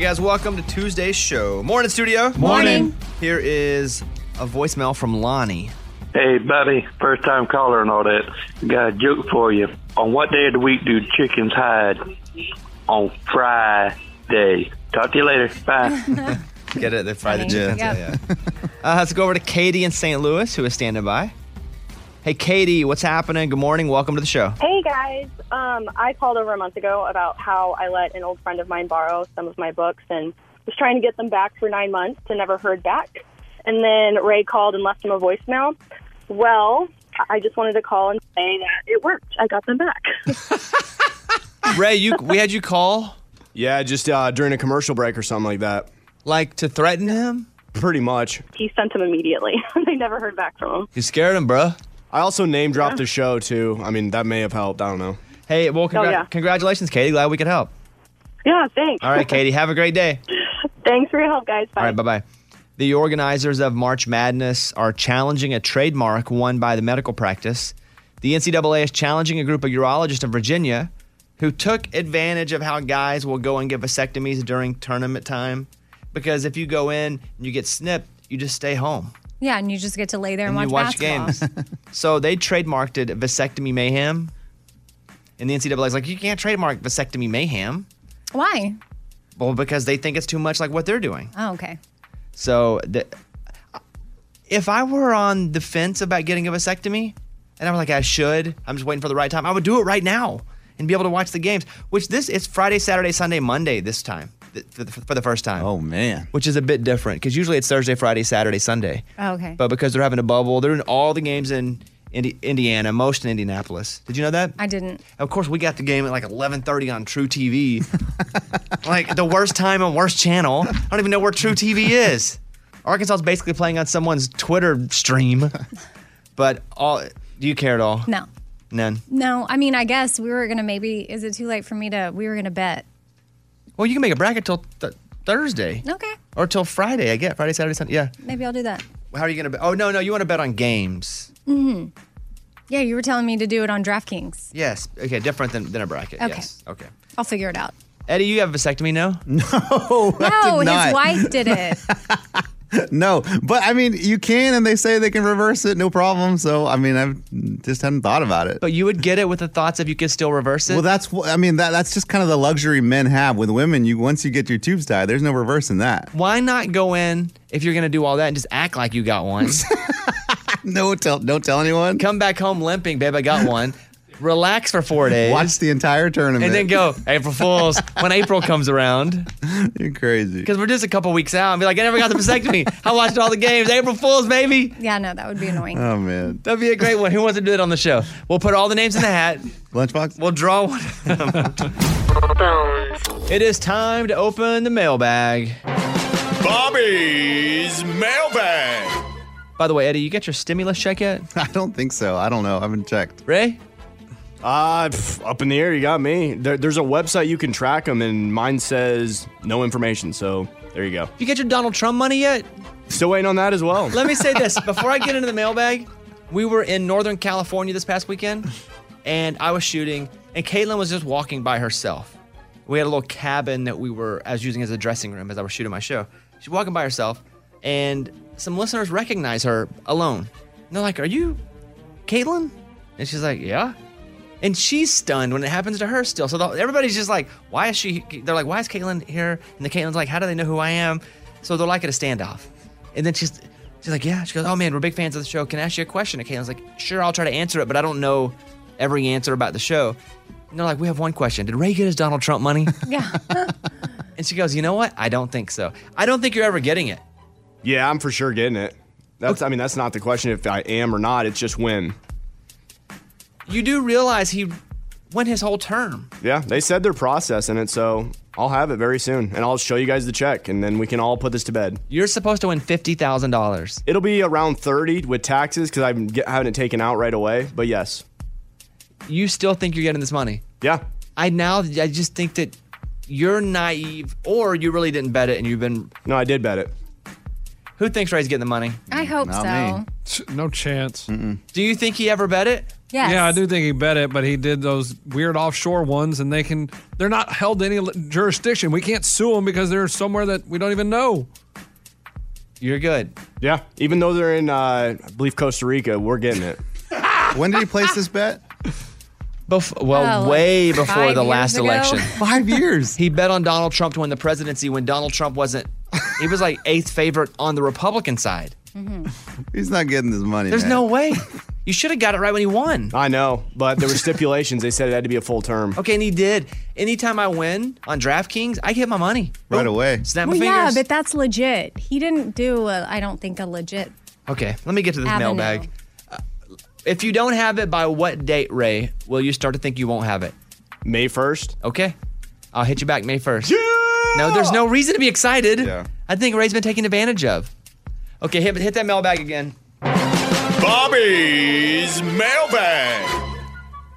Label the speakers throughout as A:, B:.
A: guys. Welcome to Tuesday's show. Morning, studio.
B: Morning.
A: Here is a voicemail from Lonnie.
C: Hey, buddy, first time caller and all that. Got a joke for you. On what day of the week do chickens hide? On Friday. Talk to you later. Bye.
A: Get it? They fry the
C: Funny.
A: gym.
C: Yep.
A: Yeah, yeah. uh, let's go over to Katie in St. Louis, who is standing by. Hey, Katie, what's happening? Good morning. Welcome to the show.
D: Hey guys, um, I called over a month ago about how I let an old friend of mine borrow some of my books and was trying to get them back for nine months and never heard back. And then Ray called and left him a voicemail. Well, I- I just wanted to call and say that it worked. I got them back.
E: Ray, you we had you call?
F: Yeah, just uh, during a commercial break or something like that.
A: Like to threaten him?
F: Pretty much.
D: He sent them immediately. they never heard back from him.
A: You scared him, bruh.
F: I also name dropped the show too. I mean, that may have helped. I don't know.
A: Hey, well, congra-
D: Oh, yeah.
A: congratulations, Katie. Glad we could help.
D: Yeah, thanks.
A: All right, Katie, have a great day.
D: Thanks for your help, guys. Bye.
A: All right, bye bye. The organizers of March Madness are challenging a trademark won by the medical practice. The NCAA is challenging a group of urologists in Virginia who took advantage of how guys will go and get vasectomies during tournament time. Because if you go in and you get snipped, you just stay home
B: Yeah, and you just get to lay there and,
A: and you
B: watch,
A: watch
B: basketball.
A: games. so they trademarked it vasectomy mayhem. And the NCAA is like, you can't trademark vasectomy mayhem.
B: Why?
A: Well, because they think it's too much like what they're doing.
B: Oh, okay.
A: So the, if I were on the fence about getting a vasectomy, and I'm like, I should, I'm just waiting for the right time, I would do it right now and be able to watch the games, which this is Friday, Saturday, Sunday, Monday this time th- for the, for the first time. Oh, man. Which is a bit different because usually it's Thursday, Friday, Saturday, Sunday.
B: Oh, okay.
A: But because they're having a bubble, they're doing all the games in Indi- Indiana, most in Indianapolis. Did you know that?
B: I didn't.
A: Of course, we got the game at like 11:30 on True TV, like the worst time and worst channel. I don't even know where True TV is. Arkansas is basically playing on someone's Twitter stream. But all, do you care at all?
B: No.
A: None.
B: No, I mean, I guess we were going to maybe, is it too late for me to, we were going to bet.
A: Well, you can make a bracket till th- Thursday
B: Okay,
A: or till Friday. I get Friday, Saturday, Sunday. Yeah.
B: maybe I'll do that.
A: How are you gonna? Bet? Oh no, no, you want to bet on games?
B: hmm Yeah, you were telling me to do it on DraftKings.
A: Yes. Okay, different than, than a bracket.
B: Okay.
A: Yes. Okay.
B: I'll figure it out.
A: Eddie, you have a vasectomy now?
G: No,
B: No, his wife did it.
G: no, but I mean, you can, and they say they can reverse it, no problem. So I mean, I just hadn't thought about it.
A: But you would get it with the thoughts if you could still reverse it.
G: Well, that's what I mean. That that's just kind of the luxury men have with women. You once you get your tubes tied, there's no reversing that.
A: Why not go in if you're gonna do all that and just act like you got one?
G: no, tell don't tell anyone.
A: Come back home limping, babe. I got one. Relax for four days.
G: Watch the entire tournament
A: and then go April Fools when April comes around.
G: You're crazy.
A: Because we're just a couple weeks out and be like, I never got the vasectomy. I watched all the games. April Fools, baby.
B: Yeah, no, that would be annoying.
G: Oh man,
A: that'd be a great one. Who wants to do it on the show? We'll put all the names in the hat.
G: Lunchbox.
A: We'll draw one. it is time to open the mailbag.
F: Bobby's mailbag.
A: By the way, Eddie, you get your stimulus check yet?
G: I don't think so. I don't know. I haven't checked.
A: Ray?
F: Uh, pff, up in the air, you got me. There, there's a website you can track them, and mine says no information. So there you go.
A: You get your Donald Trump money yet?
F: Still waiting on that as well.
A: Let me say this before I get into the mailbag. We were in Northern California this past weekend, and I was shooting, and Caitlin was just walking by herself. We had a little cabin that we were I was using as a dressing room as I was shooting my show. She's walking by herself, and some listeners recognize her alone. And they're like, "Are you Caitlin?" And she's like, "Yeah." And she's stunned when it happens to her still. So the, everybody's just like, why is she? They're like, why is Caitlyn here? And the Caitlyn's like, how do they know who I am? So they're like at a standoff. And then she's she's like, yeah. She goes, oh man, we're big fans of the show. Can I ask you a question? And Caitlin's like, sure, I'll try to answer it, but I don't know every answer about the show. And they're like, we have one question. Did Ray get his Donald Trump money?
B: Yeah.
A: and she goes, you know what? I don't think so. I don't think you're ever getting it.
F: Yeah, I'm for sure getting it. That's. I mean, that's not the question if I am or not. It's just when.
A: You do realize he went his whole term.
F: Yeah, they said they're processing it, so I'll have it very soon, and I'll show you guys the check, and then we can all put this to bed.
A: You're supposed to win fifty thousand dollars.
F: It'll be around thirty with taxes because I'm get, having it taken out right away. But yes,
A: You still think you're getting this money?
F: Yeah.
A: I now I just think that you're naive, or you really didn't bet it, and you've been.
F: No, I did bet it.
A: Who thinks Ray's getting the money?
B: I hope so.
H: No chance.
A: Do you think he ever bet it?
B: Yes.
H: Yeah, I do think he bet it, but he did those weird offshore ones, and they can they're not held to any li- jurisdiction. We can't sue them because they're somewhere that we don't even know.
A: You're good.
F: Yeah, even though they're in, uh, I believe Costa Rica, we're getting it.
G: When did he place this bet?
A: Bef-
B: Oh,
A: well,
B: like
A: way before
B: five
A: the
B: years
A: last
B: ago?
A: election.
G: Five years.
A: He bet on Donald Trump to win the presidency when Donald Trump wasn't. He was like eighth favorite on the Republican side.
G: He's not getting this money.
A: There's
G: man.
A: no way. You should have got it right when he won.
F: I know, but there were stipulations. They said it had to be a full term.
A: Okay, and he did. Anytime I win on DraftKings, I get my money
G: Right
A: Boom.
G: away.
A: Snap
B: Well,
A: my
B: yeah,
A: fingers.
B: but that's legit. He didn't do, a, I don't think, a legit.
A: okay, let me get to this
B: Avenue.
A: mailbag. Uh, If you don't have it by what date, Ray, will you start to think you won't have it?
F: May 1st.
A: Okay, I'll hit you back May first. No, there's no reason to be excited.
G: Yeah.
A: I think Ray's been taken advantage of. Okay, hit, hit that mailbag again.
I: Bobby's Mailbag.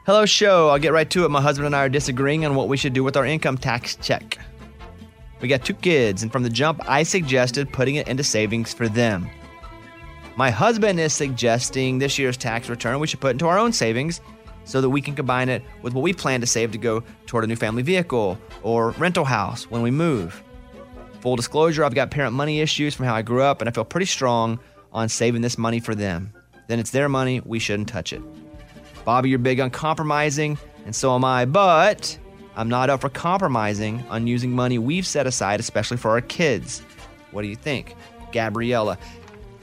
A: Hello, show. I'll get right to it. My husband and I are disagreeing on what we should do with our income tax check. We got two kids, and from the jump, I suggested putting it into savings for them. My husband is suggesting this year's tax return we should put into our own savings so that we can combine it with what we plan to save to go toward a new family vehicle or rental house when we move. Full disclosure, I've got parent money issues from how I grew up, and I feel pretty strong on saving this money for them. Then it's their money, we shouldn't touch it. Bobby, you're big on compromising, and so am I, but I'm not up for compromising on using money we've set aside, especially for our kids. What do you think, Gabriella?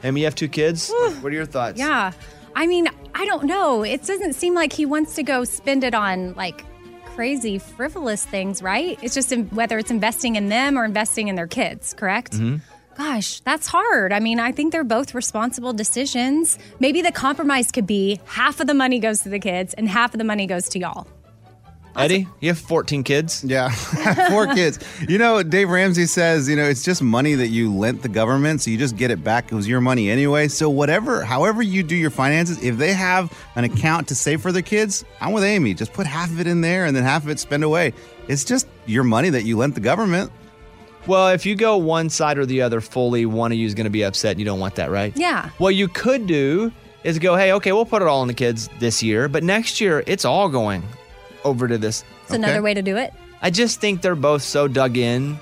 A: Em, you have two kids? What are your thoughts?
B: Yeah. I mean, I don't know. It doesn't seem like he wants to go spend it on like crazy frivolous things, right? It's just in, whether it's investing in them or investing in their kids, correct? Gosh, that's hard. I mean, I think they're both responsible decisions. Maybe the compromise could be half of the money goes to the kids and half of the money goes to y'all.
A: Eddie, you have 14 kids?
G: Yeah, four kids. You know, Dave Ramsey says, you know, it's just money that you lent the government, so you just get it back. It was your money anyway. So whatever, however you do your finances, if they have an account to save for their kids, I'm with Amy. Just put half of it in there and then half of it spend away. It's just your money that you lent the government.
A: Well, if you go one side or the other fully, one of you is going to be upset and you don't want that, right?
B: Yeah.
A: What you could do is go, hey, okay, we'll put it all on the kids this year, but next year it's all going over to this
B: It's another way to do it.
A: I just think they're both so dug in.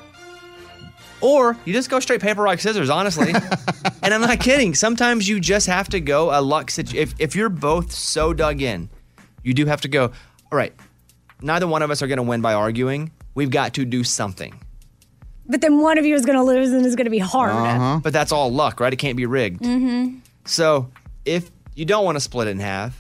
A: Or you just go straight paper, rock, scissors, honestly. and I'm not kidding. Sometimes you just have to go a luck situation. If, if you're both so dug in, you do have to go, all right, neither one of us are going to win by arguing. We've got to do something.
B: But then one of you is going to lose and it's going to be hard.
A: But that's all luck, right? It can't be rigged. Mm-hmm. So if you don't want to split it in half,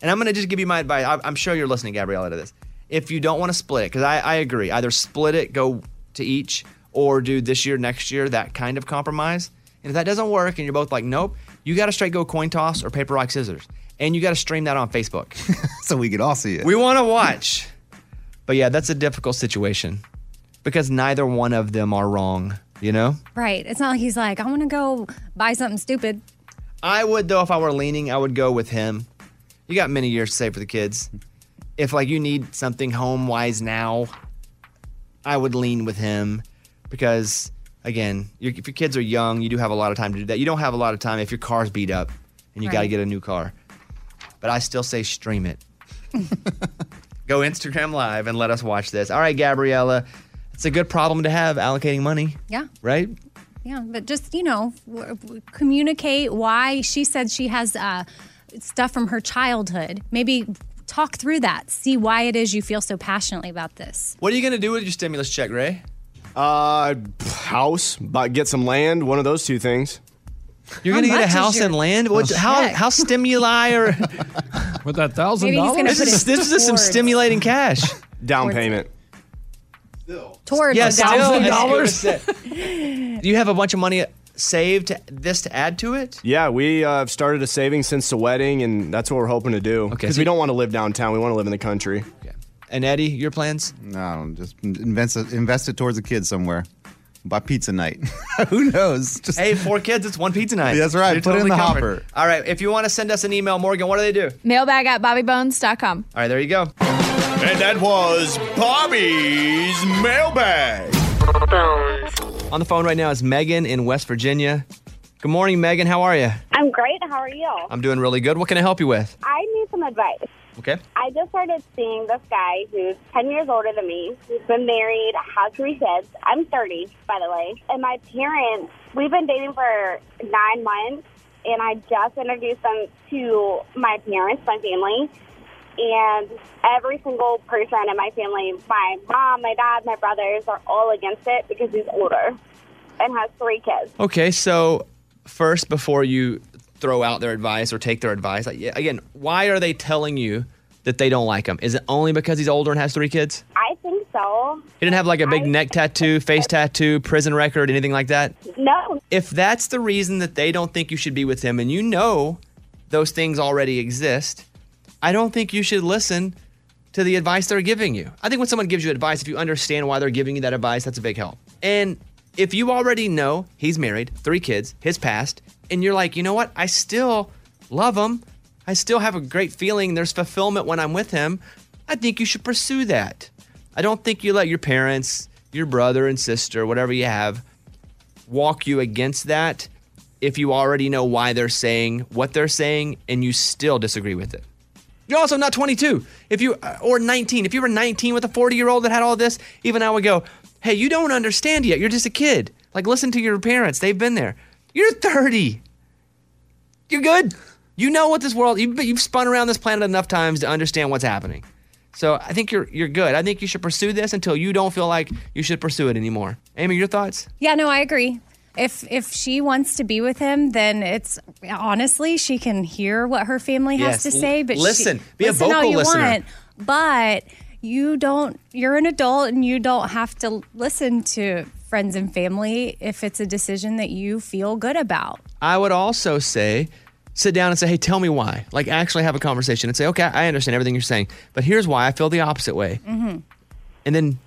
A: and I'm going to just give you my advice. I- I'm sure you're listening, Gabriella, to this. If you don't want to split it, because I, I agree, either split it, go to each, or do this year, next year, that kind of compromise. And if that doesn't work and you're both like, nope, you got to straight go coin toss or paper, rock, scissors. And you got to stream that on Facebook.
G: So we could all see it.
A: we want to watch. But yeah, that's a difficult situation because neither one of them are wrong, you know?
B: Right. It's not like he's like, I want to go buy something stupid.
A: I would though if I were leaning, I would go with him. You got many years to save for the kids. If like you need something home wise now, I would lean with him because again, your, if your kids are young, you do have a lot of time to do that. You don't have a lot of time if your car's beat up and you got to
B: Right.
A: get a new car. But I still say stream it. go Instagram live and let us watch this. All right, Gabriella, it's a good problem to have allocating money,
B: Yeah.
A: right?
B: Yeah, but just you know, w- w- communicate why she said she has uh, stuff from her childhood. Maybe talk through that. See why it is you feel so passionately about this.
A: What are you going to do with your stimulus check, Ray?
F: Uh, house, but get some land, one of those two things.
A: You're
B: How
A: gonna get a
B: much is
A: house
B: your-
A: and land? What,
B: Oh,
A: how
B: shit.
A: how stimuli or
H: With that thousand
B: Maybe he's gonna
H: dollars,
A: this
B: put it
A: is this is some
B: towards-
A: stimulating cash.
F: Down
B: Towards-
F: payment.
B: Towards
A: Yeah,
B: the
A: still
B: dollar.
A: that's good to say. Do you have a bunch of money saved to- this to add to it?
F: Yeah, we uh, have started a savings since the wedding, and that's what we're hoping to do.
A: Okay,
F: Because
A: so-
F: we don't want to live downtown. We want to live in the country.
A: And Eddie, your plans?
G: No, just invest it, invest it towards a kid somewhere. Buy pizza night. Who knows? Just
A: Hey, four kids, it's one pizza night.
G: That's right,
A: You're
G: put it in the
A: covered.
G: hopper.
A: All right, if you want to send us an email, Morgan, what do they do?
J: Mailbag at bobbybones.com.
A: All right, there you go.
I: And that was Bobby's Mailbag.
A: On the phone right now is Megan in West Virginia. Good morning, Megan. How are you?
D: I'm great. How are you?
A: Uh, I'm doing really good. What can I help you with?
D: I need
K: need some advice.
A: Okay.
K: I just started seeing this guy who's 10 years older than me, who's been married, has three kids. I'm 30, by the way. And my parents, we've been dating for nine months, and I just introduced them to my parents, my family. And every single person in my family, my mom, my dad, my brothers, are all against it because he's older and has three kids.
A: Okay, so first, before you throw out their advice or take their advice, like, yeah, again, why are they telling you that they don't like him? Is it only because he's older and has three kids?
K: I think so.
A: He didn't have like a big neck tattoo, face tattoo, prison record, anything like that?
K: No,
A: If that's the reason that they don't think you should be with him and you know those things already exist, I don't think you should listen to the advice they're giving you. I think when someone gives you advice, if you understand why they're giving you that advice, that's a big help. And if you already know he's married, three kids, his past, and you're like, you know what? I still love him. I still have a great feeling. There's fulfillment when I'm with him. I think you should pursue that. I don't think you let your parents, your brother and sister, whatever you have, walk you against that if you already know why they're saying what they're saying and you still disagree with it. You're also not 22. If you uh, or 19. If you were 19 with a 40-year-old that had all this, even I would go, "Hey, you don't understand yet. You're just a kid. Like listen to your parents. They've been there. You're 30. You're good. You know what this world you've, you've spun around this planet enough times to understand what's happening. So I think you're you're good. I think you should pursue this until you don't feel like you should pursue it anymore. Amy, your thoughts?
B: Yeah, no, I agree. If if she wants to be with him, then it's honestly she can hear what her family
A: Yes,
B: has to say.
A: l-
B: But she-
A: listen. Be a
B: listen all
A: vocal
B: you
A: listener.
B: want, but you don't. You're an adult, and you don't have to listen to friends and family if it's a decision that you feel good about.
A: I would also say sit down and say, hey, tell me why. Like actually have a conversation and say, okay, I understand everything you're saying, but here's why I feel the opposite way.
B: Mm-hmm.
A: And then,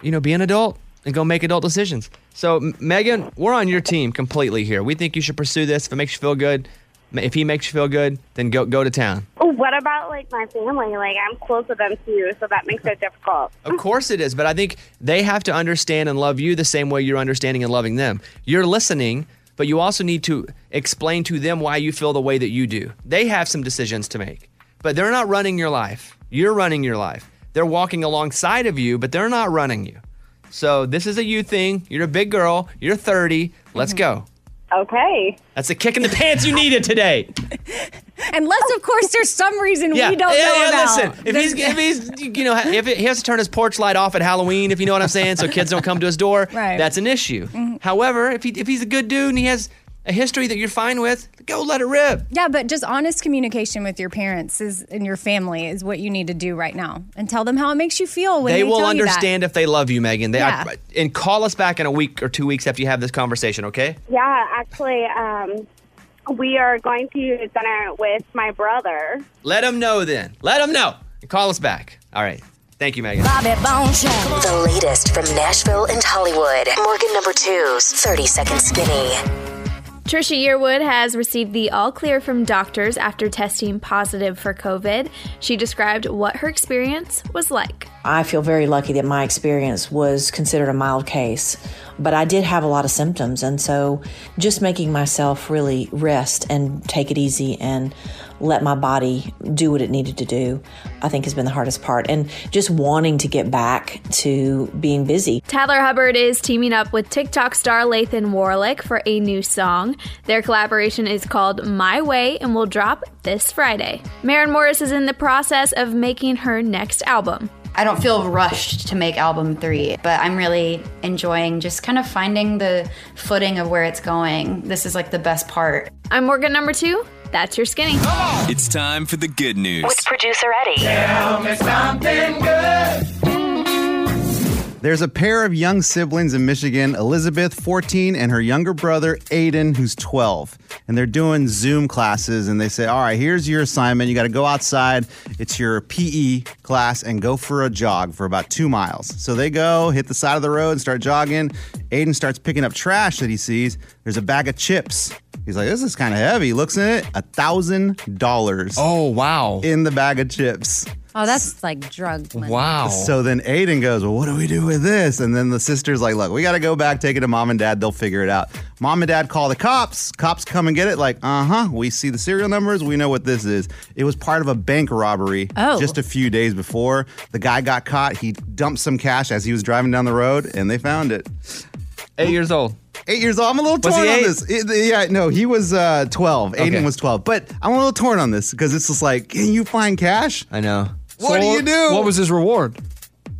A: you know, be an adult and go make adult decisions. So, M- Megan, we're on your team completely here. We think you should pursue this. If it makes you feel good, ma- if he makes you feel good, then go go to town.
K: What about like my family? Like I'm close with them too, so that makes it difficult.
A: Of course it is, but I think they have to understand and love you the same way you're understanding and loving them. You're listening, but you also need to explain to them why you feel the way that you do. They have some decisions to make, but they're not running your life. You're running your life. They're walking alongside of you, but they're not running you. So this is a you thing. You're a big girl. You're 30. Let's go.
K: Okay.
A: That's the kick in the pants you needed today.
B: Unless, of course, there's some reason we don't
A: yeah,
B: know
A: yeah,
B: about.
A: Listen, if he's, if he's, you know, if he has to turn his porch light off at Halloween, if you know what I'm saying, so kids don't come to his door,
B: Right.
A: that's an issue.
B: Mhm.
A: However, if he if he's a good dude and he has a history that you're fine with, go let it rip.
B: Yeah, but just honest communication with your parents is and your family is what you need to do right now, and tell them how it makes you feel when
A: they
B: they,
A: will
B: tell you that.
A: understand if they love you, Megan. They, I-
B: Yeah.
A: and call us back in a week or two weeks after you have this conversation, okay?
K: Yeah, actually, um, we are going to dinner with my brother.
A: Let them know then. Let them know. And call us back. All right. Thank you, Megan.
L: Bobby Bones Show. The latest from Nashville and Hollywood. Morgan number two's 30 Second Skinny.
J: Trisha Yearwood has received the all clear from doctors after testing positive for COVID. She described what her experience was like.
M: I feel very lucky that my experience was considered a mild case, but I did have a lot of symptoms. And so just making myself really rest and take it easy and let my body do what it needed to do, I think has been the hardest part. And just wanting to get back to being busy.
J: Tyler Hubbard is teaming up with TikTok star Lathan Warlick for a new song. Their collaboration is called My Way and will drop this Friday. Maren Morris is in the process of making her next album.
N: I don't feel rushed to make album three, but I'm really enjoying just kind of finding the footing of where it's going. This is like the best part.
J: I'm Morgan number two. That's your skinny.
O: It's time for the good news.
L: With producer Eddie.
O: Tell
L: me something good.
G: There's a pair of young siblings in Michigan, Elizabeth, 14, and her younger brother, Aiden, who's 12. And they're doing Zoom classes, and they say, All right, here's your assignment. You got to go outside. It's your PE class and go for a jog for about two miles. So they go, hit the side of the road, and start jogging. Aiden starts picking up trash that he sees. There's a bag of chips. He's like, This is kind of heavy. Looks in it, $1,000. Oh,
A: wow.
G: In the bag of chips.
B: Oh, that's like drug money.
A: Oh.
G: So then Aiden goes, Well, what do we do with this? And then the sister's like, Look, we got to go back, take it to mom and dad. They'll figure it out. Mom and dad call the cops. Cops come and get it. Like, uh huh. We see the serial numbers. We know what this is. It was part of a bank robbery
B: Oh.
G: just a few days before. The guy got caught. He dumped some cash as he was driving down the road, and they found it.
A: Eight years old.
G: Eight years old. I'm a little
A: Was he
G: torn on
A: eight?
G: this. It- yeah, no, he was uh, 12. Aiden
A: Okay.
G: was 12. But I'm a little torn on this because it's just like, can you find cash?
A: I know.
G: What do you do?
H: What was his reward?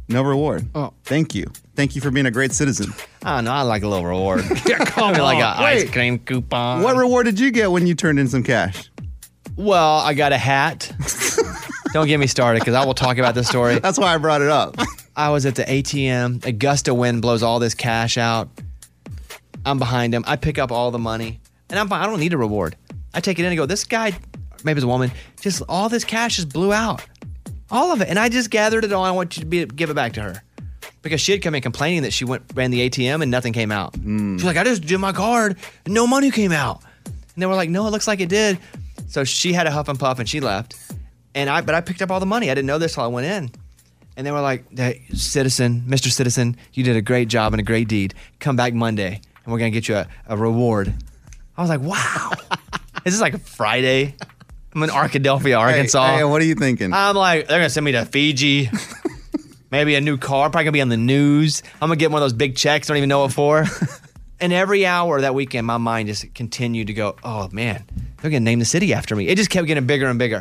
G: No reward. Oh. Thank you. Thank you for being a great citizen.
A: I don't know. I like a little reward. yeah,
G: come
A: like
G: on.
A: an ice
G: Oh, Wait.
A: cream coupon.
G: What reward did you get when you turned in some cash?
A: Well, I got a hat. Don't get me started because I will talk about this story.
G: That's why I brought it up.
A: I was at the ATM. A gust of wind blows all this cash out. I'm behind him. I pick up all the money and I'm fine. I don't need a reward. I take it in and go, this guy, maybe it's a woman, just all this cash just blew out. All of it. And I just gathered it all. I want you to be, give it back to her because she had come in complaining that she went ran the ATM and nothing came out.
G: Mm.
A: She's like, I just did my card, and no money came out. And they were like, No, it looks like it did. So she had a huff and puff and she left. And I, but I picked up all the money. I didn't know this till I went in. And they were like, "Hey, Citizen, Mr. Citizen, you did a great job and a great deed. Come back Monday, and we're gonna get you a, a reward. I was like, Wow, is this like a Friday? I'm in Arkadelphia, Arkansas.
G: hey, Uh, what are you thinking?
A: I'm like, they're gonna send me to Fiji. Maybe a new car. Probably gonna be on the news. I'm gonna get one of those big checks. Don't even know what for. and every hour that weekend, my mind just continued to go. Oh man, they're gonna name the city after me. It just kept getting bigger and bigger.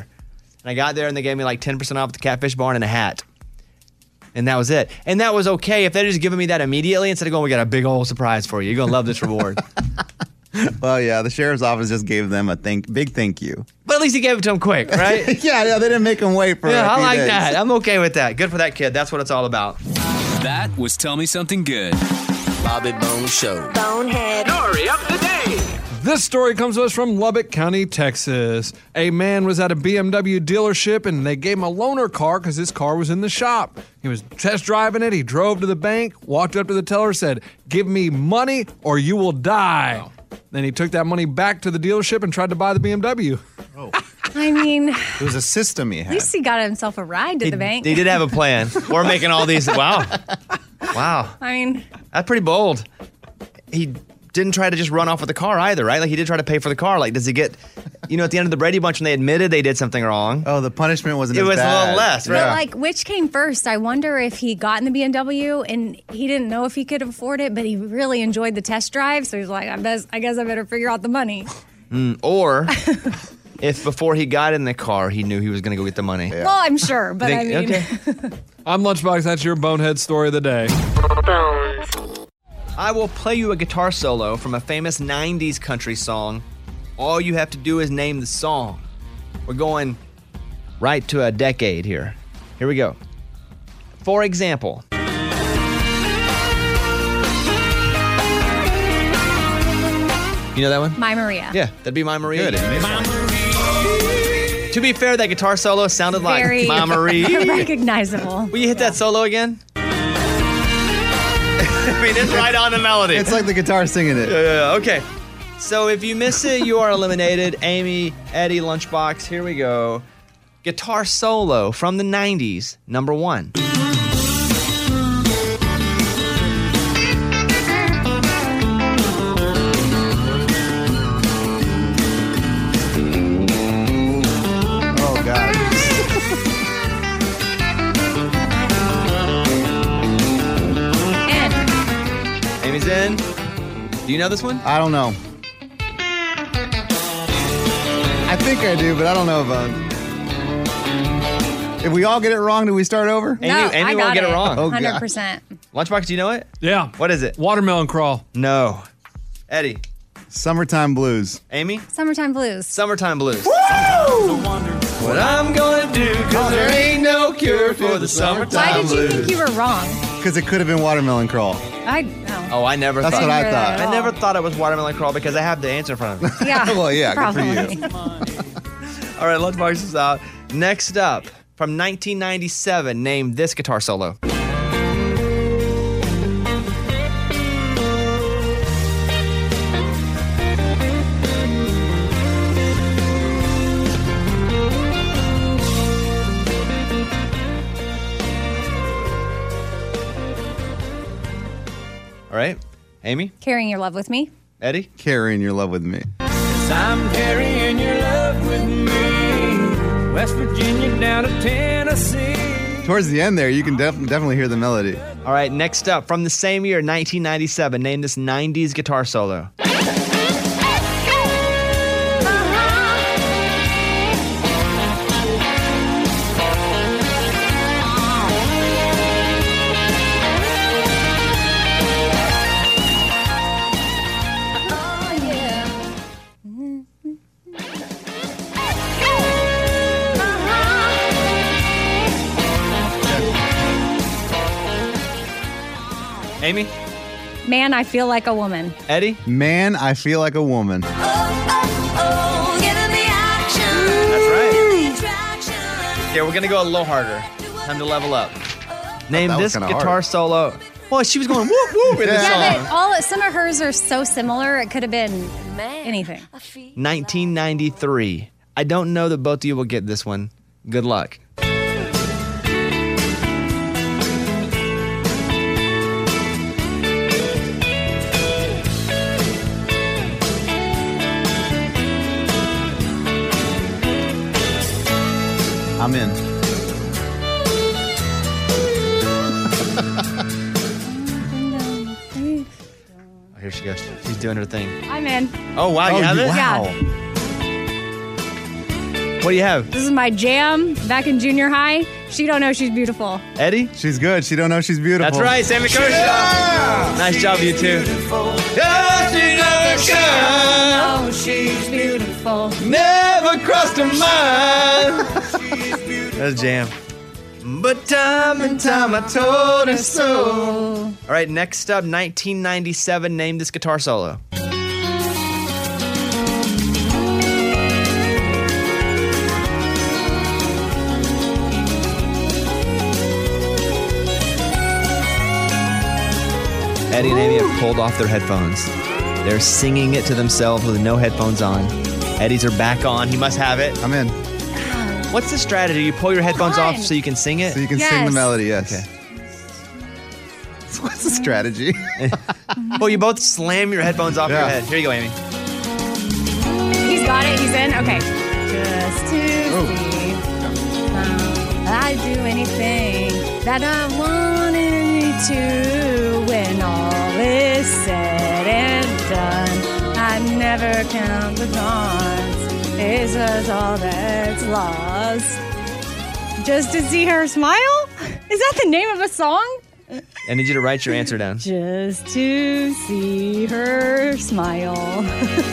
A: And I got there, and they gave me like 10% off at the Catfish Barn and a hat. And that was it. And that was okay if they'd just given me that immediately instead of going, "We got a big old surprise for you. You're gonna love this reward."
G: well, yeah, the sheriff's office just gave them a thank big thank you.
A: but at least he gave it to him quick, right?
G: yeah, yeah, they didn't make him wait for.
A: yeah,
G: a
A: I
G: few
A: like
G: days.
A: that. I'm okay with that. Good for that kid. That's what it's all about.
O: That was Tell Me Something Good. Bobby Bone Show.
L: Bonehead.
O: Story of the day.
H: This story comes to us from Lubbock County, Texas. A man was at a BMW dealership and they gave him a loaner car because his car was in the shop. He was test driving it. He drove to the bank, walked up to the teller, said, Give me money or you will die. Then he took that money back to the dealership and tried to buy the BMW.
B: I mean, at
G: It was a system he
B: least he got himself a ride to the bank.
A: Mm. They did have a plan. We're making all these. Wow. Wow.
B: I mean,
A: That's pretty bold. He didn't try to just run off with the car either, right? Like he did try to pay for the car. Like, does he get, you know, at the end of the Brady Bunch when they admitted they did something wrong?
G: Oh, the punishment wasn't.
A: It
G: as
A: was a
G: bad.
A: little less, right?
B: but like, which came first? I wonder if he got in the BMW and he didn't know if he could afford it, but he really enjoyed the test drive, so he's like, I best, I guess I better figure out the money.
A: Mm, or if before he got in the car, he knew he was going to go get the money.
B: Well, I'm sure, but I
A: Think-
B: mean,
A: okay.
H: I'm Lunchbox. That's your bonehead story of the day.
A: I will play you a guitar solo from a famous 90s country song. All you have to do is name the song. We're going right to a decade here. Here we go. For example, you know that one?
B: my Maria.
A: Yeah, that'd be My Maria. To be fair, that guitar solo sounded like
B: Very
A: My Maria.
B: recognizable.
A: Will you hit that solo again? I mean, it's right on the melody.
G: It's like the guitar singing it.
A: Yeah, yeah, yeah. Uh, Okay. So if you miss it, you are eliminated. Amy, Eddie, Lunchbox, here we go. Guitar solo from the 90s, number one.
G: Oh God.
A: Amy's in. Do you know this one?
G: I don't know. I think I do, but I don't know if I. If we all get it wrong, do we start over?
A: Amy- No, Amy I won't got get it it. wrong.
G: Oh,
B: Hundred
G: God.
B: percent.
A: Lunchbox, do you know it?
H: Yeah.
A: What is it?
H: Watermelon crawl.
A: No. Eddie.
G: Summertime blues.
A: Amy?
B: Summertime blues.
A: Summertime blues. What I'm gonna do, cause there ain't no cure for the summertime
B: Why did you think you were wrong?
G: Because it could have been watermelon crawl.
B: I know.
A: Oh, I never
G: That's
A: thought.
G: what I Didn't hear that thought. at
A: I
G: all.
A: never thought it was watermelon crawl because I have the answer in front of me.
B: Yeah.
G: well, yeah, good for you.
A: All right, lunchbox is out. Next up, from 1997, name this guitar solo. Amy?
B: Carrying Your Love with Me.
A: Eddie?
G: Carrying Your Love with Me.
P: I'm carrying your love with me. West Virginia down to Tennessee.
G: Towards the end there, you can def- definitely hear the melody.
A: All right, next up from the same year, 1997, name this 90s guitar solo. Amy?
B: Man, I feel like a woman.
A: Eddie?
G: Man, I feel like a woman.
A: That's right. Yeah, we're gonna go a little harder. Time to level up. Name
G: that
A: this
G: was kinda
A: guitar
G: hard.
A: solo. Well, she was going whoop whoop in this
B: Yeah,
A: song.
B: but all some of hers are so similar. It could have been anything.
A: 1993. I don't know that both of you will get this one. Good luck.
G: I'm in.
A: Oh, here she goes. She's doing her thing.
B: I'm in.
A: Oh wow, you
B: Oh,
A: have
B: you-
A: it?
B: wow.
A: What do you have?
B: This is my jam back in junior high. She don't know she's beautiful.
A: Eddie?
G: She's good. She don't know she's beautiful.
A: That's right, Sammy Kershaw. Nice job, you two.
P: Oh,
B: she's beautiful.
A: Never crossed her mind. That's a jam. But time and time I told her so. All right, next up, 1997. Name this guitar solo. Eddie and Amy have pulled off their headphones. They're singing it to themselves with no headphones on. Eddie's are back on. He must have it.
G: I'm in.
A: What's the strategy? You pull your headphones off so you can sing it? So
G: You can sing the melody, yes. What's the strategy?
A: well, Oh, you both slam your headphones off your head. Here you go, Amy.
B: He's got it. He's in. Okay. Just to see. um, I do anything that I wanted me to when all is said and done. I never count the cons. This is all that's lost. Just to see her smile? Is that the name of a song?
A: I need you to write your answer down.
B: Just to see her smile.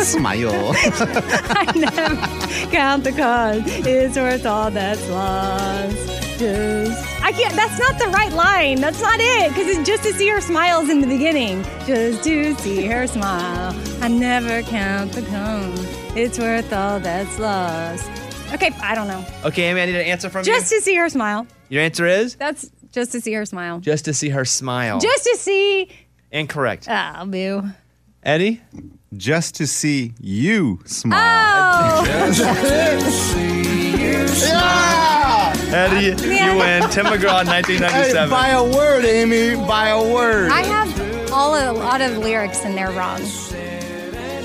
G: Smile.
B: I never count the cost. It's worth all that's lost. Just I can't. That's not the right line. That's not it. Because it's just to see her smiles in the beginning. Just to see her smile. I never count the cost. It's worth all that's lost. Okay, I don't know.
A: Okay, Amy, I need an answer from
B: Just to see her smile.
A: you. Your answer is
B: That's just to see her smile.
A: just to see her smile.
B: Just to see.
A: Incorrect.
B: Oh, boo.
A: Eddie?
G: Just to see you smile.
B: Oh.
A: Eddie,
B: Uh, Yeah.
A: you win. Tim McGraw, 1997.
G: Hey, by a word, Amy. By a word.
B: I have all a lot of lyrics and they're wrong.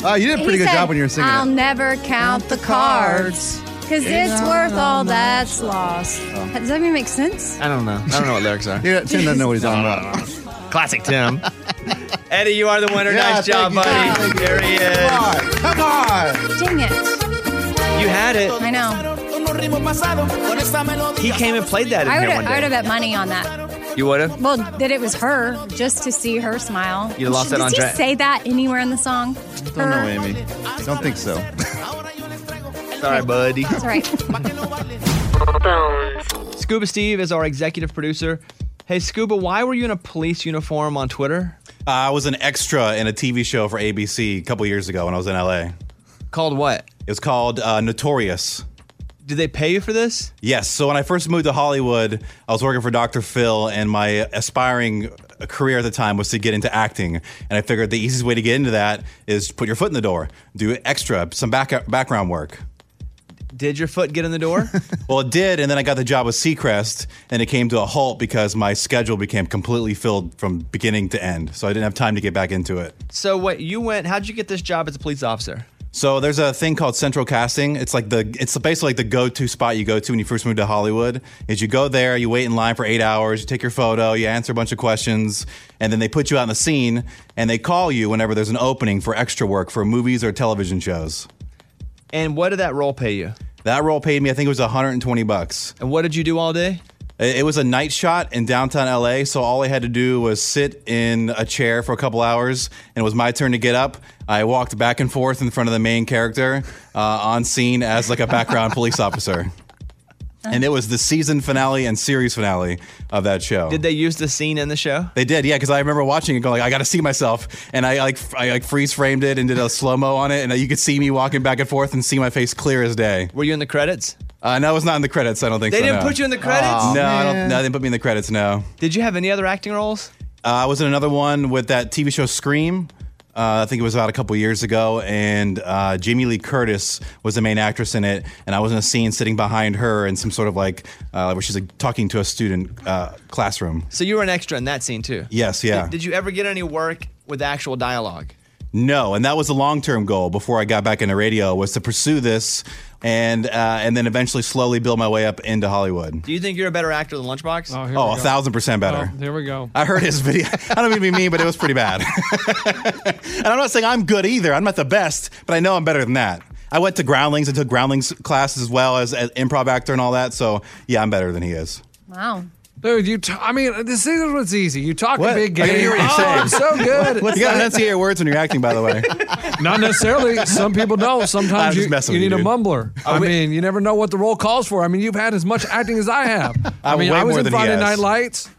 G: Oh, you did a pretty
B: He
G: good
B: said,
G: job when you were singing.
B: I'll
G: it.
B: never count the cards. Cause
G: Yeah.
B: it's worth all that's lost. Does that even make sense?
A: I don't know. I don't know what lyrics are.
G: Yeah, Tim doesn't know what he's talking about.
A: Classic Tim. Eddie, you are the winner.
G: Yeah,
A: nice job,
G: thank you.
A: buddy. There he is.
G: Come on.
B: Dang it.
A: You had it.
B: I know.
A: He came and played that in
B: I would
A: here one
B: have I would have
A: day.
B: bet money on that.
A: You would have?
B: Well, that it was her, just to see her smile.
A: You lost
B: Does
A: that on
B: he
A: Dra-
B: say that anywhere in the song?
G: Don't know,
B: Her?
G: Amy. Don't think so.
A: Sorry, buddy.
B: That's right.
A: Scuba Steve is our executive producer. Hey, Scuba, why were you in a police uniform on Twitter?
Q: Uh, I was an extra in a TV show for ABC a couple years ago when I was in LA.
A: Called what?
Q: It was called uh, Notorious.
A: Did they pay you for this?
Q: Yes. So when I first moved to Hollywood, I
G: Oh,
Q: was working for Dr. Phil, and my aspiring career at the time was to get into acting. And I figured the easiest way to get into that is put your foot in the door, do extra, some back- background work.
A: Did your foot get in the door?
G: well, it did, and then I got the job with Seacrest, and it came to a halt because my schedule became completely filled from beginning to end. So I didn't have time to get back into it.
A: so wait, you went? How'd you get this job as a police officer?
G: So there's a thing called central casting. It's like the it's basically like the go-to spot you go to when you first move to Hollywood. Is you go there, you wait in line for eight hours, you take your photo, you answer a bunch of questions, and then they put you out in the scene and they call you whenever there's an opening for extra work for movies or television shows.
A: And what did that role pay you?
G: That role paid me, I think it was 120 bucks.
A: And what did you do all day?
G: It it was a night shot in downtown LA, so all I had to do was sit in a chair for a couple hours, and it was my turn to get up. I walked back and forth in front of the main character uh, on scene as like a background police officer. And it was the season finale and series finale of that show.
A: Did they use the scene in the show?
G: They did, yeah, because I remember watching it going, like, I got to see myself. And I like, f- I like freeze framed it and did a slow mo on it. And you could see me walking back and forth and see my face clear as day.
A: Were you in the credits?
G: Uh, no, it was not in the credits. I don't think
A: They
G: so,
A: didn't
G: no.
A: put you in the credits?
G: no, I don't,
A: man.
G: no, they didn't put me in the credits. No.
A: Did you have any other acting roles?
G: Uh, I was in another one with that TV show Scream. Uh, I think it was about a couple years ago, and uh, Jamie Lee Curtis was the main actress in it, and I was in a scene sitting behind her in some sort of like uh, where she's like talking to a student uh, classroom.
A: So you were an extra in that scene too.
G: Yes, yeah.
A: Did, did you ever get any work with actual dialogue?
G: No, and that was the long term goal before I got back into radio was to pursue this, and uh, and then eventually slowly build my way up into Hollywood.
A: Do you think you're a better actor than Lunchbox?
G: here Oh, we a go. thousand percent better.
H: There we go.
G: I heard his video. I don't mean to be mean, but it was pretty bad. and I'm not saying I'm good either. I'm not the best, but I know I'm better than that. I went to Groundlings and took Groundlings classes as well as an improv actor and all that. So yeah, I'm better than he is.
B: Wow.
H: Dude, you. T- I mean, this is what's easy. You talk a big game.
G: I hear what you're
H: oh,
G: saying.
H: I'm so good.
G: What's you got to enunciate your words when you're acting, by the way.
H: Not necessarily. Some people don't. Sometimes
G: I'm
H: you,
G: just messing
H: you
G: with
H: need
G: you,
H: a
G: dude.
H: mumbler. I mean, you never know what the role calls for. I mean, you've had as much acting as I have. I
G: I'm
H: mean,
G: way
H: I was
G: more
H: in
G: than he
H: Friday
G: has.
H: Night Lights,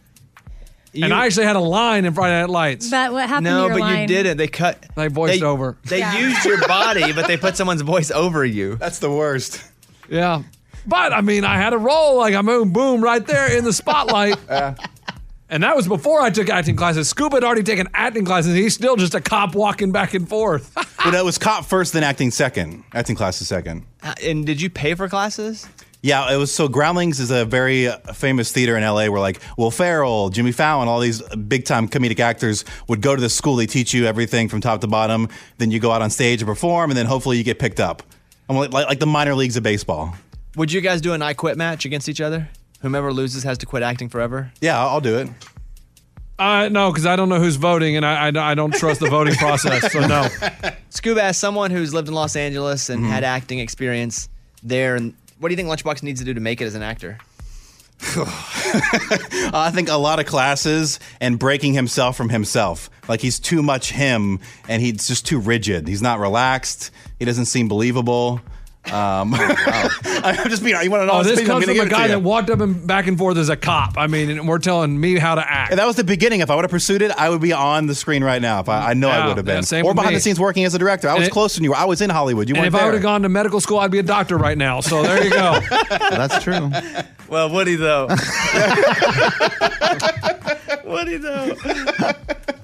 H: and I actually had a line in Friday Night Lights.
B: But what happened to
H: No,
B: your
H: but you
B: line?
H: did
A: They cut.
H: They voiced over.
A: They used your body, but they put someone's voice over you.
G: That's the worst.
H: Yeah. But I mean, I had a role like a boom, boom, right there in the spotlight. And that was before I took acting classes. Scuba had already taken acting classes. and He's still just a cop walking back and forth.
G: Well, that was cop first, then acting second. Acting class is second.
A: Uh, And did you pay for classes?
G: Yeah, it was so. Groundlings is a very uh, famous theater in LA where, like, Will Ferrell, Jimmy Fallon, all these big time comedic actors would go to this school. They teach you everything from top to bottom. Then you go out on stage and perform, and then hopefully you get picked up. I'm like, like, like the minor leagues of baseball.
A: Would you guys do an I quit match against each other? Whomever loses has to quit acting forever.
G: Yeah, I'll do it.
H: Uh, no, because I don't know who's voting, and I, I, I don't trust the voting process. So no. Oh,
A: Scuba, as someone who's lived in Los Angeles and had acting experience there, and what do you think Lunchbox needs to do to make it as an actor?
G: Uh, I think a lot of classes and breaking himself from himself. Like he's too much him, and he's just too rigid. He's not relaxed. He doesn't seem believable. Um, I'm just being. You want to know?
H: Oh, this comes from a guy that
G: you.
H: walked up and back and forth as a cop. I mean, and we're telling me how to act.
G: If that was the beginning, if I would have pursued it, I would be on the screen right now. If I, I know
H: Yeah,
G: I would have
H: yeah,
G: been,
H: same
G: or
H: with
G: behind
H: me.
G: the scenes working as a director. I
H: And
G: was
H: it-
G: closer than you. were. I was in Hollywood. You
H: and
G: weren't
H: if I
G: there.
H: would have gone to medical school, I'd be a doctor right now. So there you go.
R: That's true.
A: Well, Woody though. Woody though.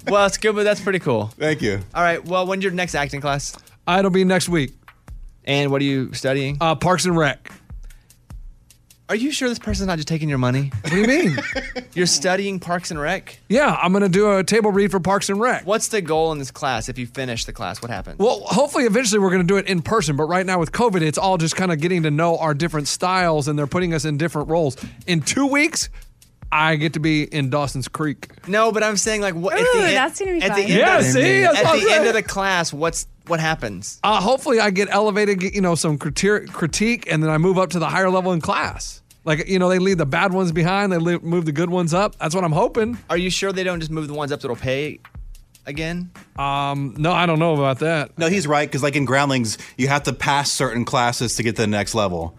A: well, Scuba, that's pretty cool.
G: Thank you.
A: All right. Well, when's your next acting class?
H: Uh, it'll be next week.
A: And what are you studying?
H: Uh, Parks and Rec.
A: Are you sure this person's not just taking your money? What
H: do you mean?
A: You're studying Parks and Rec?
H: Yeah, I'm going to do a table read for Parks and Rec.
A: What's the goal in this class if you finish the class? What happens?
H: Well, hopefully, eventually, we're going to do it in person. But right now, with COVID, it's all just kind of getting to know our different styles, and they're putting us in different roles. In two weeks, I get to be in Dawson's Creek.
A: No, but I'm saying like what at
H: Ooh,
A: the end,
H: that's gonna be
A: at the
H: fun.
A: end
H: Yeah,
A: of, the-
H: see? That's
A: at
H: what I'm
A: the end
H: saying.
A: of the class, what's what happens?
H: Uh, hopefully, I get elevated, get, you know, some criti- critique, and then I move up to the higher level in class. Like, you know, they leave the bad ones behind, they leave, move the good ones up. That's what I'm hoping.
A: Are you sure they don't just move the ones up that'll pay again?
H: Um, no, I don't know about that.
G: No, he's right because like in Groundlings, you have to pass certain classes to get to the next level.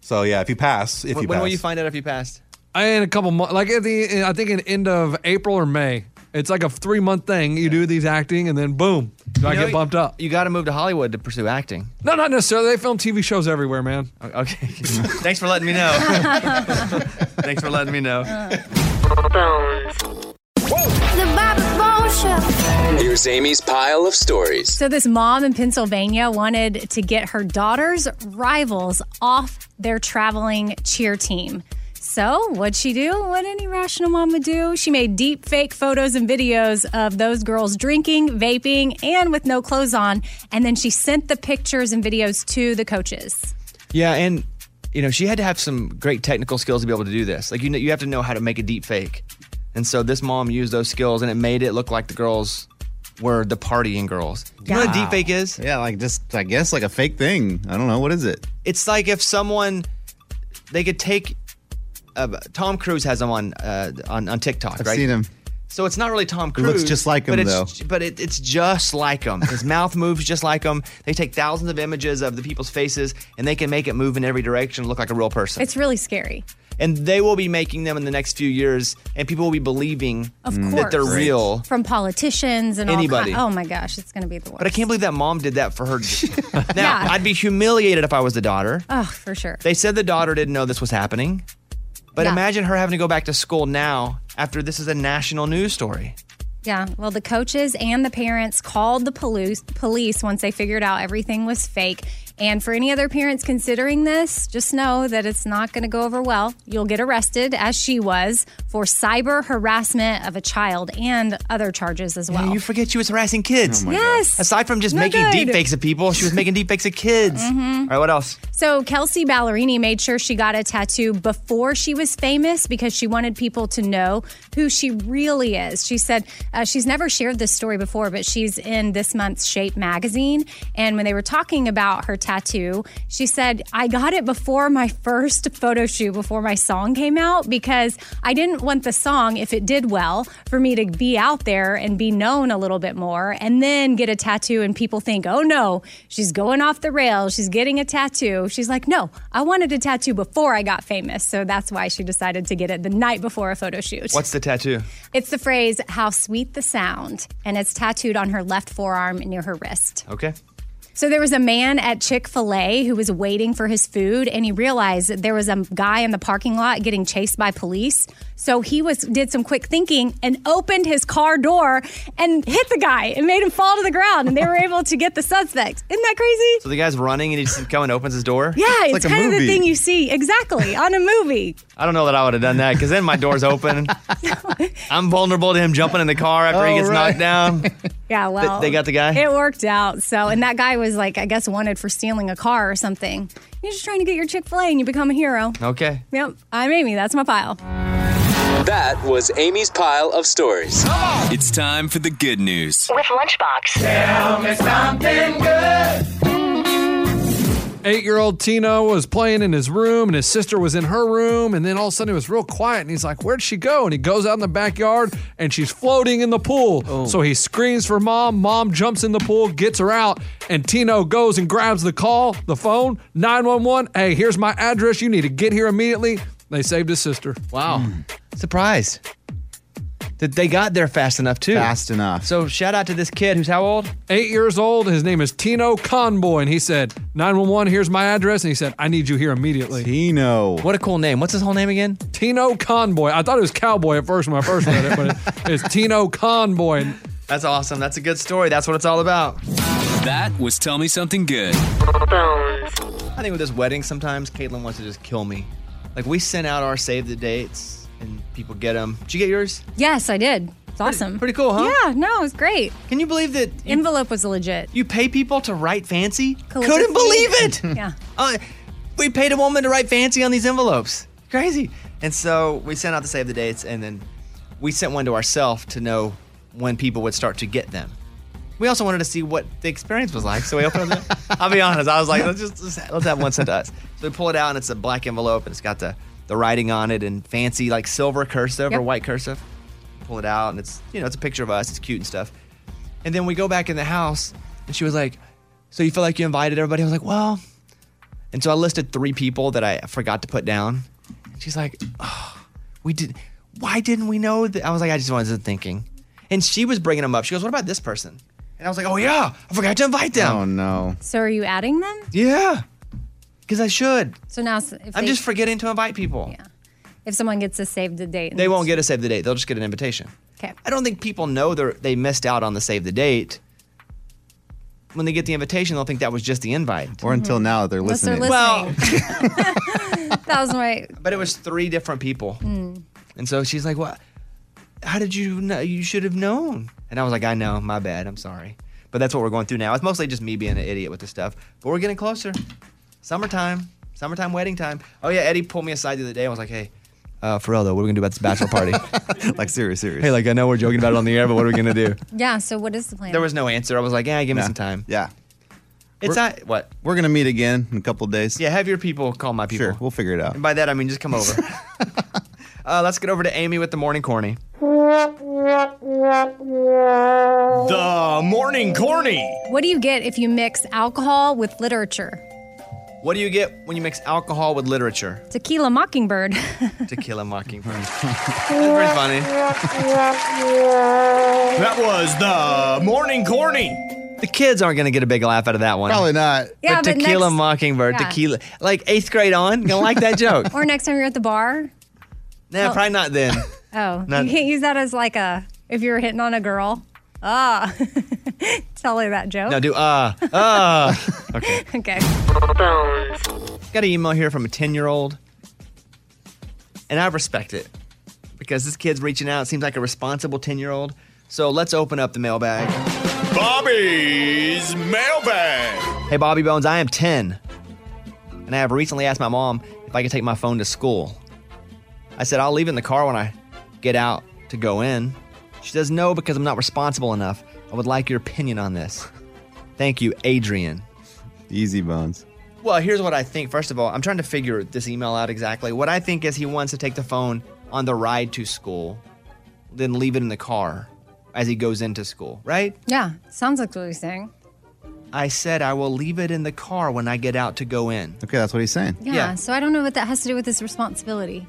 G: So yeah, if you pass, if
A: Wh- when
G: you pass,
A: will you find out if you passed?
H: In a couple months, like at the, I think in end of April or May. It's like a three month thing. You do these acting, and then boom, I
A: You know,
H: get bumped up.
A: You got to move to Hollywood to pursue acting.
H: No, not necessarily. They film TV shows everywhere, man.
A: Okay. Thanks for letting me know.
G: Uh.
A: Thanks for letting me know.
S: The Bobby Bones
O: Here's Amy's pile of stories.
B: So, this mom in Pennsylvania wanted to get her daughter's rivals off their traveling cheer team. So, what'd she do? What any rational mom would do? She made deep fake photos and videos of those girls drinking, vaping, and with no clothes on. And then she sent the pictures and videos to the coaches.
A: Yeah, and you know she had to have some great technical skills to be able to do this. Like you, know, you have to know how to make a deep fake, and so this mom used those skills, and it made it look like the girls were the partying girls. Do you know what a deep fake is?
G: Yeah, like just I guess like a fake thing. I don't know what is it.
A: It's like if someone they could take uh, Tom Cruise has him on uh, on on TikTok.
G: I've
A: right?
G: seen him.
A: So it's not really Tom
G: It
A: Cruise.
G: looks just like him,
A: but it's, But it, it's just like him. His mouth moves just like him. They take thousands of images of the people's faces and they can make it move in every direction, look like a real person.
B: It's really scary.
A: and they will be making them in the next few years, and people will be believing
B: Of
A: that they're
B: course.
A: real.
B: From politicians and
A: Anybody.
B: all. ki- Oh my gosh, it's going to be the worst.
A: But I can't believe that mom did that for her. now, I'd be humiliated if I was the daughter.
B: Oh, for sure.
A: They said the daughter didn't know this was happening. But
B: Yeah.
A: imagine her having to go back to school now after this is a national news story.
B: Yeah, well, the coaches and the parents called the police, police once they figured out everything was fake. And for any other parents considering this, just know that it's not going to go over well. You'll get arrested, as she was, for cyber harassment of a child and other charges as well.
A: you forget she was harassing kids.
B: Oh my God. Yes.
A: Aside from just
B: Not
A: making
B: good.
A: deep fakes of people, she was making deep fakes of kids.
B: Mhm.
A: All right, what else?
B: So Kelsey Ballerini made sure she got a tattoo before she was famous because she wanted people to know who she really is. She said uh, she's never shared this story before, but she's in this month's Shape magazine, and when they were talking about her tattoo, she said, "I got it before my first photo shoot, before my song came out, because I didn't want the song, if it did well, for me to be out there and be known a little bit more, and then get a tattoo, and people think, oh no, she's going off the rails, she's getting a tattoo. She's like, no, I wanted a tattoo before I got famous, so that's why she decided to get it the night before a photo shoot.
A: What's the tattoo?
B: It's the phrase, how sweet the sound, and it's tattooed on her left forearm near her wrist.
A: Okay.
B: So there was a man at Chick fil A who was waiting for his food and he realized that there was a guy in the parking lot getting chased by police. So he was did some quick thinking and opened his car door and hit the guy and made him fall to the ground and they were able to get the suspect. Isn't that crazy?
A: So the guy's running and he just come and opens his door.
B: Yeah, it's, kind of the thing you see exactly on a movie.
A: I don't know that I would have done that because then my door's open. I'm vulnerable to him jumping in the car after he
B: Oh,
A: gets
B: right.
A: knocked down.
B: Yeah, well,
A: they got the guy?
B: It worked out. So, and that guy was like, I guess, wanted for stealing a car or something. You're just trying to get your Chick fil A and you become a hero.
A: Okay.
B: Yep, I'm Amy. That's my pile.
O: That was Amy's pile of stories. It's time for the good news.
L: With Lunchbox.
P: Tell me something good.
H: Eight year old Tino was playing in his room and his sister was in her room. And then all of a sudden it was real quiet. And he's like, Where'd she go? And he goes out in the backyard and she's floating in the pool. So he screams for mom. Mom jumps in the pool, gets her out. And Tino goes and grabs the call, the phone, 911. Hey, here's my address. You need to get here immediately. They saved his sister. Hmm.
A: Wow. Surprised that they got there fast enough, too.
H: Fast
G: enough.
A: So shout out to this kid who's how old?
H: Eight years old. His name is Tino Conboy. And he said, 911, here's my address. And he said, I need you here immediately.
G: Tino.
A: What a cool name. What's his whole name again?
H: Tino Conboy. I thought it was Cowboy at first when I first read it, but it's Tino Conboy.
A: That's awesome. That's a good story. That's what it's all about.
O: That was Tell Me Something Good.
A: I think with this wedding, sometimes Caitlin wants to just kill me. Like we sent out our save the dates and people get them. Did you get yours?
B: Yes, I did. It's awesome.
A: pretty cool, huh?
B: Yeah, no, it was great.
A: Can you believe that
B: envelope was legit?
A: You pay people to write fancy?
B: Calligraphy.
A: Couldn't believe it.
B: yeah.
A: Uh, we paid a woman to write fancy on these envelopes. Crazy. And so we sent out the save the dates and then we sent one to ourselves to know when people would start to get them. We also wanted to see what the experience was like, so we opened it. I'll be honest, I was like, let's just let's, let's have one sent to us. So we pull it out, and it's a black envelope, and it's got the the writing on it and fancy like silver cursive or
E: Yep.
A: white cursive. Pull it out, and it's you know it's a picture of us. It's cute and stuff. And then we go back in the house, and she was like, "So you feel like you invited everybody?" I was like, "Well," and so I listed three people that I forgot to put down. And she's like, oh, "We did. Why didn't we know?" that? I was like, "I just wasn't thinking." And she was bringing them up. She goes, "What about this person?" And I was like, "Oh yeah, I forgot to invite them."
G: Oh no.
B: So are you adding them?
A: Yeah, because I should.
B: So now s- if,
A: I'm
B: they-
A: just forgetting to invite people.
B: if someone gets to save the date,
A: They won't get a save the date. They'll just get an invitation.
B: Okay.
A: I don't think people know they they missed out on the save the date. When they get the invitation, they'll think that was just the invite.
G: Or until now, they're
B: Unless they're
G: listening.
B: listening. that was my.
A: But it was three different people,
G: Hmm.
B: Mm.
A: and so she's like, "What? How did you know? You should have known." And I was like, "I know, my bad. I'm sorry." But that's what we're going through now. It's mostly just me being an idiot with this stuff, but we're getting closer. Summertime, summertime wedding time. Oh yeah, Eddie pulled me aside the other day. I was like, "Hey, uh, Pharrell, though, what are we gonna do about this bachelor party?"
G: like serious, serious.
A: Hey, like I know we're joking about it on the air, but what are we gonna do?
B: Yeah. So what is the plan?
A: There was no answer. I was like, yeah, give me
G: Yeah.
A: some time.
G: Yeah.
A: It's
G: We're-
A: not what.
G: We're gonna meet again in a couple days.
A: Yeah, have your people call my people.
G: Sure, we'll figure it out.
A: And by that I mean just come over. uh, let's get over to Amy with the morning corny.
B: The
A: morning corny.
B: What do you get if you mix alcohol with literature?
A: What do you get when you mix alcohol with literature?
B: Tequila Mockingbird.
A: To kill a mockingbird. That's pretty funny.
I: That was the morning corny.
A: The kids aren't going to get a big laugh out of that one.
G: Probably not.
B: Yeah,
A: but
B: but
A: tequila
B: next-
A: mockingbird,
B: yeah.
A: tequila. Like eighth grade on, gonna like that joke.
B: or next time you're at the bar.
A: nah,
B: Oh.
A: probably not then.
B: Oh,
A: Not-
B: you can't use that as like a if you're hitting on a girl. Ah, tell her that joke.
A: No, do uh uh. okay.
B: Okay.
A: Got an email here from a 10 year old, and I respect it because this kid's reaching out. Seems like a responsible 10 year old. So let's open up the mailbag.
I: Bobby's mailbag.
A: Hey, Bobby Bones, I am 10, and I have recently asked my mom if I could take my phone to school. I said, I'll leave it in the car when I get out to go in. She says, No, because I'm not responsible enough. I would like your opinion on this. Thank you, Adrian.
G: Easy bones.
A: Well, here's what I think. First of all, I'm trying to figure this email out exactly. What I think is he wants to take the phone on the ride to school, then leave it in the car as he goes into school, right?
B: Yeah, sounds like what he's saying.
A: I said I will leave it in the car when I get out to go in.
G: Okay, that's what he's saying.
B: Yeah, So I don't know what that has to do with his responsibility.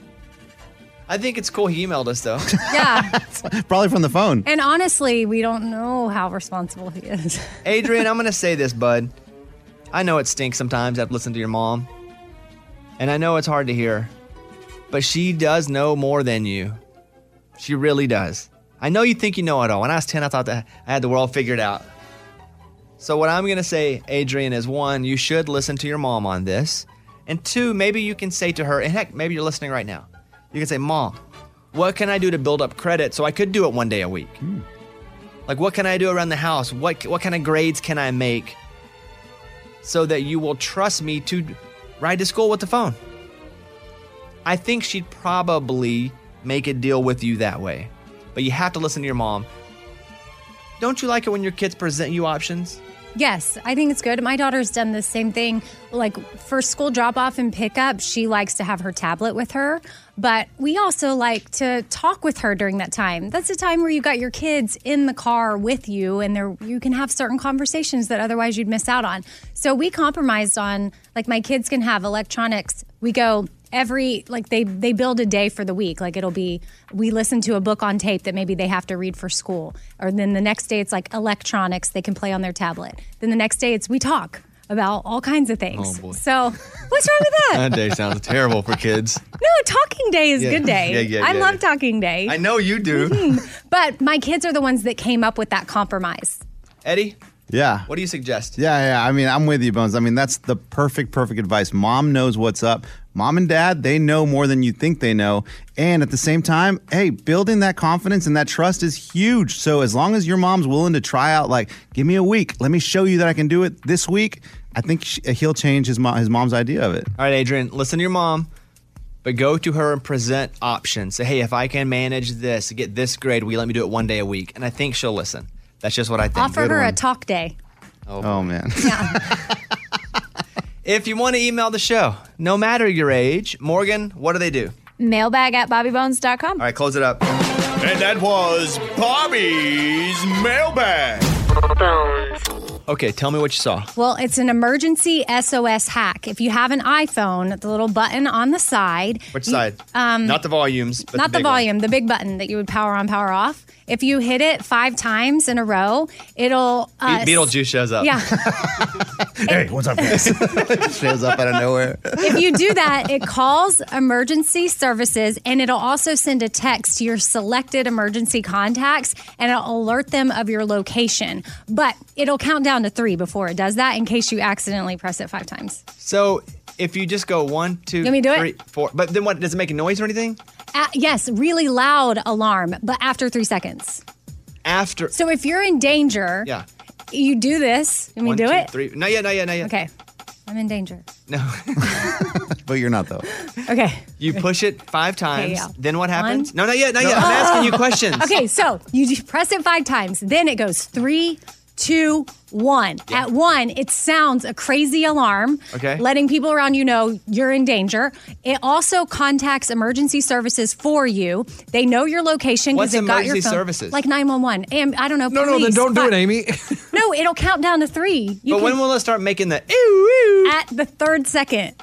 A: I think it's cool he emailed us though.
B: Yeah.
G: Probably from the phone.
B: and honestly, we don't know how responsible he is.
A: Adrian, I'm going to say this, bud. I know it stinks sometimes I've listened to your mom. And I know it's hard to hear, but she does know more than you. She really does. I know you think you know it all. When I was 10, I thought that I had the world figured out. So, what I'm going to say, Adrian, is one, you should listen to your mom on this. And two, maybe you can say to her, and heck, maybe you're listening right now. You can say, Mom, what can I do to build up credit so I could do it one day a week? Like, what can I do around the house? What what kind of grades can I make so that you will trust me to ride to school with the phone? I think she'd probably make a deal with you that way, but you have to listen to your mom. Don't you like it when your kids present you options?
B: Yes, I think it's good. My daughter's done the same thing. Like for school drop off and pickup, she likes to have her tablet with her, but we also like to talk with her during that time. That's the time where you got your kids in the car with you and there you can have certain conversations that otherwise you'd miss out on. So we compromised on like my kids can have electronics. We go every like they they build a day for the week like it'll be we listen to a book on tape that maybe they have to read for school or then the next day it's like electronics they can play on their tablet then the next day it's we talk about all kinds of things
A: Oh, boy.
B: so what's wrong with that
A: day sounds terrible for kids.
B: no talking day is
A: Yeah.
B: good day
A: Yeah, yeah,
B: i
A: yeah,
B: love
A: yeah.
B: talking day
A: I know you do.
B: but my kids are the ones that came up with that compromise
A: Eddie,
G: Yeah.
A: what do you suggest?
G: Yeah, yeah. I mean, I'm with you, Bones. I mean, that's the perfect, perfect advice. Mom knows what's up. Mom and dad, they know more than you think they know. And at the same time, hey, building that confidence and that trust is huge. So as long as your mom's willing to try out, like, give me a week, let me show you that I can do it this week, I think sh he'll change his, mo- his mom's idea of it.
A: All right, Adrian, listen to your mom, but go to her and present options. Say, hey, if I can manage this, get this grade, will you let me do it one day a week? And I think she'll listen. That's just what I think.
B: offer her a talk day
A: Oh,
G: man.
A: if you want to email the show, no matter your age, Morgan, what do they do?
J: Mailbag at bobbybones.com.
A: All right, close it up.
I: And that was Bobby's mailbag.
A: Okay, tell me what you saw.
B: Well, it's an emergency SOS hack. If you have an iPhone, the little button on the side.
A: Which
B: you-
A: side?
B: um,
A: not the volumes, but
B: not
A: the,
B: the,
A: big one.
B: volume, the big button that you would power on, power off. If you hit it five times in a row, it'll. Uh,
A: Be- Beetlejuice shows up.
B: Yeah.
G: Hey, what's up, guys? Shows up out of nowhere.
B: if you do that, it calls emergency services and it'll also send a text to your selected emergency contacts and it'll alert them of your location. But it'll count down to three before it does that in case you accidentally press it five times.
A: So if you just go one, two,
B: You want me to do it?
A: three, four- but then what? Does it make a noise or anything?
B: Uh, yes, really loud alarm, but after three seconds.
A: After.
B: So if you're in danger,
A: Yeah.
B: you do this. You want me to do it?
A: Three. Not yet. Not yet. Not yet.
B: Okay. I'm in danger.
G: But you're not though.
B: Okay.
A: You push it five times.
B: yeah.
A: Then what
B: One.
A: happens? No, not yet. Not yet. I'm asking you questions.
B: Okay, so you d- press it five times, then it goes three, two, one. At one, it sounds a crazy alarm,
T: Okay.
B: letting people around you know you're in danger. It also contacts emergency services for you. They know your location
A: What's
B: because it got your
A: emergency
B: phone,
A: services?
B: like nine one one. And I don't know.
H: No, no, then
B: police,
H: don't do
B: but-
H: it, Amy.
B: No, it'll count down to three. You
A: but
B: can-
A: when will it start making the?
B: at the third second.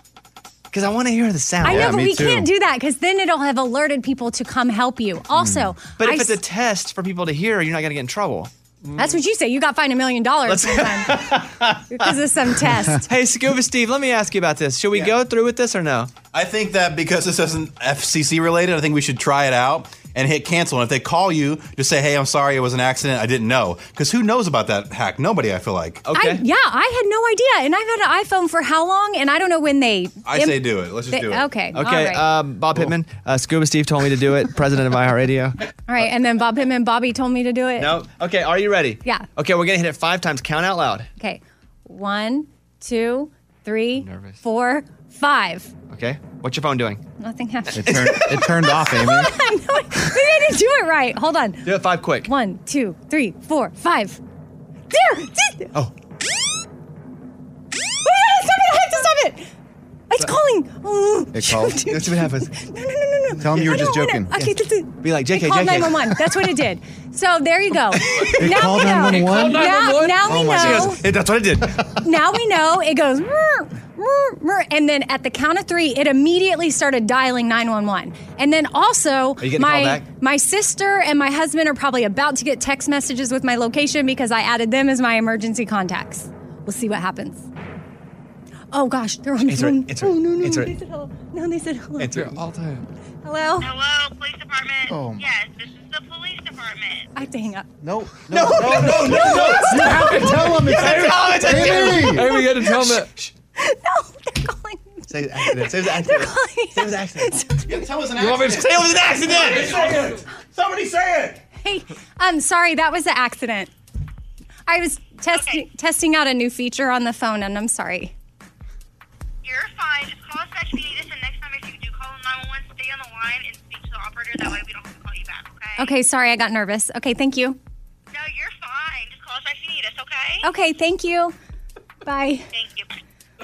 A: Because I want to hear the sound.
B: I know, but we can't do that because then it'll have alerted people to come help you. Also,
A: But
B: I
A: if it's a
B: s-
A: test for people to hear, you're not going to get in trouble.
B: that's what you say. You got fined a million dollars sometime because of some test.
A: hey, Scuba Steve, let me ask you about this. Should we go through with this or no?
Q: I think that because this isn't FCC related, I think we should try it out and hit cancel. And if they call you, just say, "Hey, I'm sorry, it was an accident. I didn't know." Because who knows about that hack? Nobody, I feel like.
B: I, yeah, I had no idea, and I've had an iPhone for how long? And I don't know when they.
Q: I say do it. Let's just
B: They-
Q: do it.
B: Okay. All
A: Okay,
B: right.
A: um, Bob Pittman, uh, Scuba Steve told me to do it, president of iHeartRadio.
B: All right, and then Bob him and Bobby told me to do it.
A: No? Okay, are you ready?
B: Yeah.
A: Okay, we're going to hit it five times. Count out loud.
B: Okay. One, two, three, four, five.
A: Okay? What's your phone doing?
B: Nothing happened.
A: it turned off, Amy.
B: I know. it- Maybe I didn't do it right. Hold on.
A: Do it five quick.
B: One, two, three, four, five. There. Did-
A: Oh.
B: Wait, wait, stop it! I have to stop it. It's calling. Oh.
G: It calls.
A: Let's see what happens.
B: No, no, no, no.
G: Tell 'em you were
B: I
G: just
B: don't wanna-
G: joking.
B: Okay, that's it.
A: Be like, JK,
B: Call
A: JK.
B: 911. That's what it did. So there you go. It now
G: called
B: we know.
G: 911?
B: Now,
G: It
B: now,
G: called
B: we know.
A: that's what I did.
B: Now we know. It goes. "Rrr, rrr, rrr," And then at the count of three, it immediately started dialing 911. And then also,
A: Are you getting called
B: my,
A: back?
B: my sister and my husband are probably about to get text messages with my location because I added them as my emergency contacts. We'll see what happens. Oh gosh, they're on the
A: Answer it,
B: phone.
A: answer it,
B: oh no, no,
A: answer
B: they
A: it.
B: said hello. No, they said hello.
A: all time.
B: Hello?
T: Hello, police department.
G: Oh.
T: Yes, this is the police department.
B: I have to hang up.
G: No.
T: No, no, no, no, no.
G: You have to tell him. It's
T: You have to tell 'em it's
G: Amy.
T: Amy.
H: Amy, you had to tell them that.
A: Say it was accident. Say it was accident. Say it was accident.
Q: You want me to-
A: Say it was an accident.
Q: Somebody say it.
B: Hey, I'm sorry, that was an accident. I was testing testing out a new feature on the phone, and I'm sorry.
T: You're fine. Just call us back if you need us, and next time if you do call 911, stay on the line and speak to the operator. That way we don't have to call you back, okay?
B: Okay, sorry, I got nervous. Okay, thank you.
T: No, you're fine. Just call us back if you need us, okay?
J: Oh.
B: Okay, thank you. Bye. Thank you.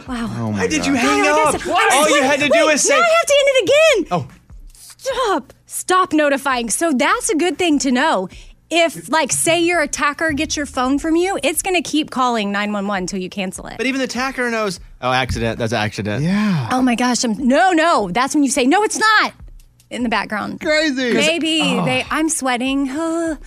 B: Wow.
A: Oh my Why did you God. hang
B: I
A: up? What? All you had to do
B: Wait,
A: was say-
B: Now I have to end it again.
A: Oh.
B: Stop. Stop notifying. So that's a good thing to know. If, like, say your attacker gets your phone from you, it's going to keep calling 911 until you cancel it.
A: But even the attacker knows. Oh, accident. That's an accident.
G: Yeah.
B: Oh my gosh! I'm, no, no, that's when you say no. It's not in the background.
G: Crazy.
B: Maybe
A: Oh.
B: they. I'm sweating. Ugh.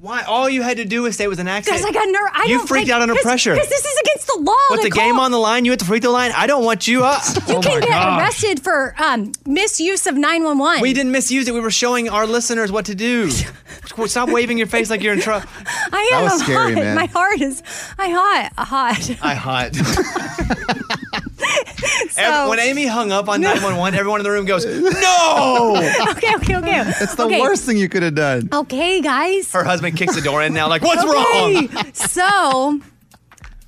A: Why? All you had to do was say it was an accident.
B: Guys, I got nerve. I
A: You
B: don't
A: freaked
B: think-
A: out under
B: cause,
A: pressure.
B: because this is against the law.
A: With
B: to
A: the game
B: call-
A: on the Oh line, you at the free throw line. I don't want you up.
B: You can get arrested for um, misuse of 911.
A: We didn't misuse it. We were showing our listeners what to do. Stop waving your face like you're in trouble.
B: I am.
A: That was
B: I'm
A: scary,
B: hot.
A: man.
B: My heart is. I hot. Hot.
A: I hot.
B: So-
A: Ev- when Amy hung up on 911, everyone in the room goes, No!
B: okay. Okay. Okay.
G: That's the
B: okay.
G: worst thing you could have done.
B: Okay, guys.
A: Her husband kicks the door in now, like, What's wrong?
B: Okay, so,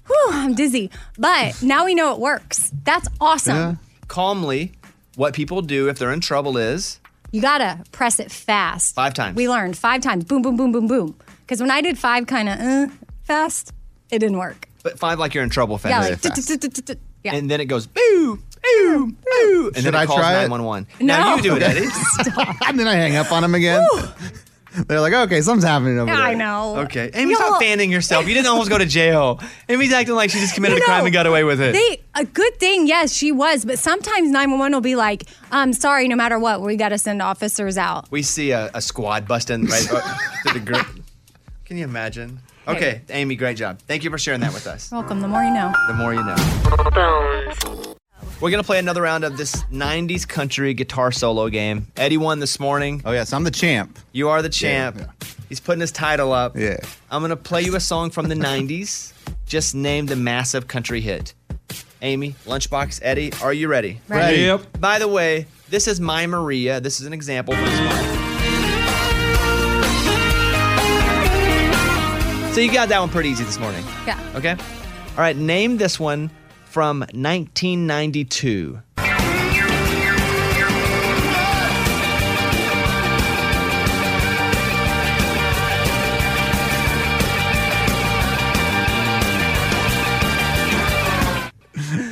B: whew, I'm dizzy. But now we know it works. That's awesome.
A: Calmly, what people do if they're in trouble is
B: You gotta press it fast.
A: five times.
B: We learned five times. Boom, boom, boom, boom, boom. Because when I did five kind of uh, fast, it didn't work.
A: But five like you're in trouble fast.
B: Yeah, like, tut-tut-tut-tut-tut. yeah.
A: And then it goes, Boo! Boo! Boo! And
G: Should
A: then it
G: I
A: calls
G: try it?
A: 911. Now you do it, Eddie.
G: and then I hang up on him again. They're like, okay, something's happening over there.
B: I know.
A: Okay. Amy, stop fanning yourself. You didn't almost go to jail. Amy's acting like she just committed
B: You
A: a crime
B: know,
A: and got away with it.
B: They a good thing, yes, she was, but sometimes 911 will be like, "I'm sorry, no matter what, we got to send officers out."
A: we see a, a squad busting right to the group. Can you imagine? Okay, Amy, great job. Thank you for sharing that with us.
B: Welcome. The more you know.
A: The more you know. We're gonna play another round of this '90s country guitar solo game. Eddie won this morning.
G: Oh yes, I'm the champ.
A: You are the champ. He's putting his title up.
G: Yeah.
A: I'm gonna play you a song from the '90s. Just name the massive country hit. Amy, Lunchbox, Eddie, are you ready?
P: Ready. Yep.
A: By the way, this is My Maria. This is an example. From this one. so you got that one pretty easy this morning.
B: Yeah.
A: Okay. All right, name this one from 1992.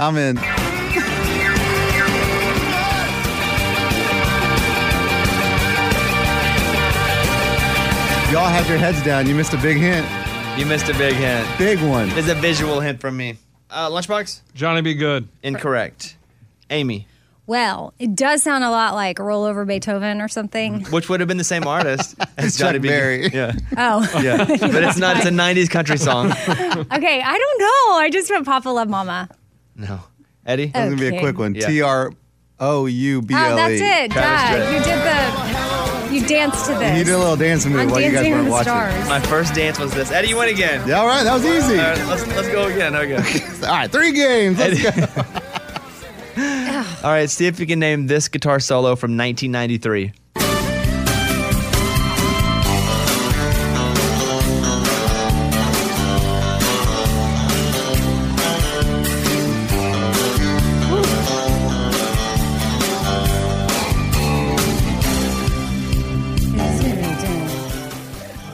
G: I'm in. Y'all had your heads down. You missed a big hint.
A: You missed a big hint.
G: Big one.
A: There's a visual hint from me. Uh, lunchbox?
H: Johnny Be Good.
A: Incorrect. Amy,
B: Well, it does sound a lot like "Roll Over Beethoven" or something.
A: which would have been the same artist as Johnny B. Yeah.
B: Oh,
A: Yeah. But it's not, it's a 90s country song.
B: okay. I don't know. I just went "Papa Love Mama."
A: No. Eddie?
B: That
G: Oh.
B: was gonna be a Okay. quick one.
A: Yeah.
G: T R O U B L E.
B: Oh, that's it, Dad. You
G: Travis
B: did the, you danced to
G: Tritt.
B: this.
G: You did a little dancing move
B: I'm
G: while you guys
B: dancing
G: weren't
B: with the
G: watching.
B: stars.
A: My first dance was this. Eddie, you win again.
G: Yeah, all right, that was easy.
A: All right, let's, let's go again. Okay.
G: All right, three games. Let's go.
A: All right, see if you can name this guitar solo from 1993.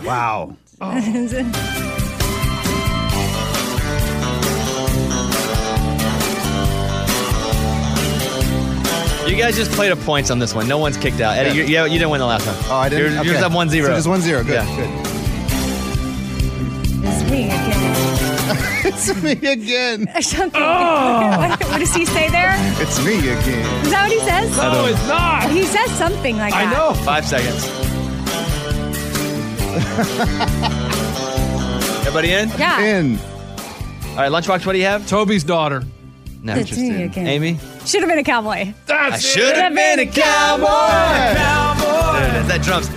G: Wow.
A: You guys just played a points on this one. No one's kicked out. Eddie, you, you, you didn't win the last one. Oh,
G: I didn't?
A: You're, you're
G: Okay.
A: just up 1 0.
G: So just 1-0. Good,
B: It's me again.
G: it's me again.
B: Something. What, what does he say there?
G: It's me again.
B: Is that what he says?
A: No, I don't- it's
B: not. He says something like that.
A: Five seconds. Everybody in?
B: Yeah.
G: In.
A: All right, Lunchbox, what do you have?
H: Toby's daughter.
A: No,
B: It's me again.
A: Amy?
B: Should have been a cowboy.
A: I should have been a cowboy. There it is. That drums.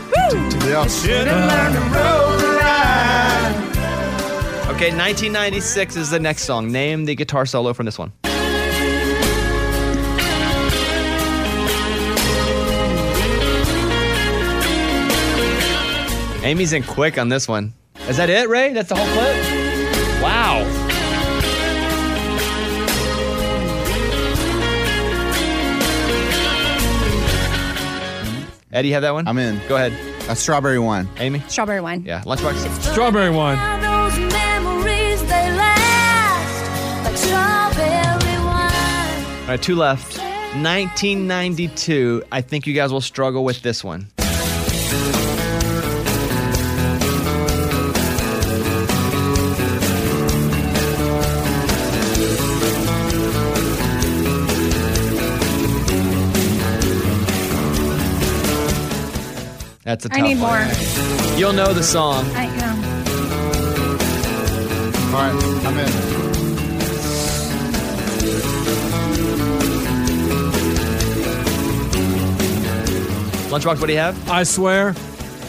A: Okay, 1996 is the next song. Name the guitar solo from this one. Amy's in quick on this one. Is that it, Ray? That's the whole clip? Wow. Eddie, you have that one?
G: I'm in.
A: Go ahead.
G: A strawberry wine.
A: Amy?
B: Strawberry wine.
A: Yeah. Lunchbox?
H: Strawberry wine.
U: Those memories, they last like strawberry wine.
A: All right, two left. 1992. I think you guys will struggle with this one. That's a tough
B: I need
A: one.
B: more.
A: You'll know the song.
B: I know.
G: All right, I'm in.
A: Lunchbox, what do you have?
H: I swear.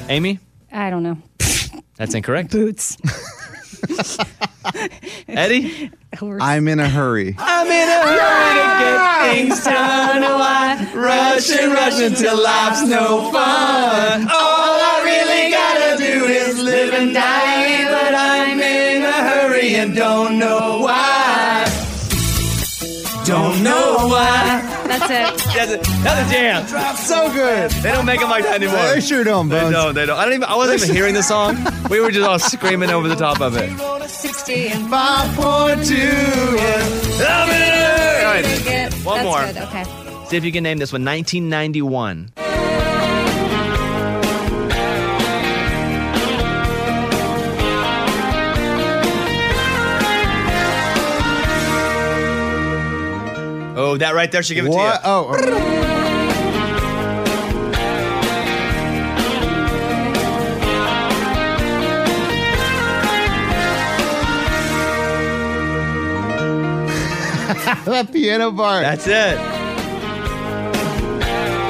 A: Amy?
B: I don't know.
A: That's incorrect.
B: Boots.
A: Eddie?
G: I'm in a hurry.
A: I'm in a hurry to get things done. Why rush and rush until life's no fun? All I really gotta do is live and die, but I'm in a hurry and don't know why. Don't know why.
B: That's it.
A: That's a, that's a jam.
G: So good.
A: They don't make them like that anymore.
G: They sure don't,
A: They
G: Bones.
A: don't. They don't. I don't even. I wasn't even hearing the song. We were just all screaming over the top of it.
B: Sixty and
G: five point two.
A: I'm in a- All right. One
B: That's
A: more.
B: Good. Okay.
A: See if you can name this one. 1991. Oh, that right there should give it to you.
G: What? Oh, that piano bar.
A: That's it.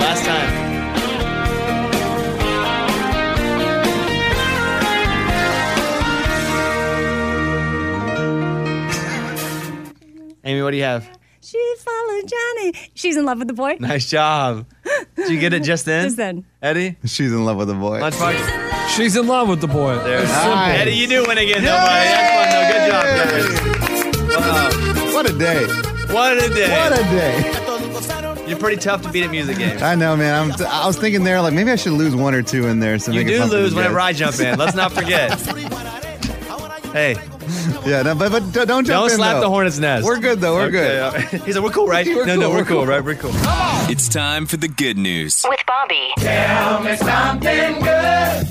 A: Last time. Amy, what do you have?
B: She followed Johnny. She's in love with the boy.
A: Nice job. Did you get it just then?
B: Just then.
A: Eddie?
G: She's in love with the boy.
A: Lunchbox?
H: She's in love with the boy.
A: There's
G: Nice.
A: Eddie, you do win again, though, buddy. That's fun, though. Good job, guys. Wow.
G: What a day.
A: What a day.
G: What a day.
A: You're pretty tough to beat at music games.
G: I know, man. I'm t- I was thinking there, like maybe I should lose one or two in there. So
A: You
G: make it
A: do
G: fun for
A: lose
G: the guys.
A: whenever I jump in. Let's not forget. hey,
G: yeah, no, but, but don't jump
A: don't
G: in,
A: slap
G: though.
A: the hornet's nest.
G: We're good though. We're good.
A: good. He's like, we're cool, right?
G: We're
A: no,
G: cool,
A: no, we're,
G: we're
A: cool,
G: cool.
A: right? We're cool.
O: It's time for the good news.
L: With Bobby.
P: Tell me something good.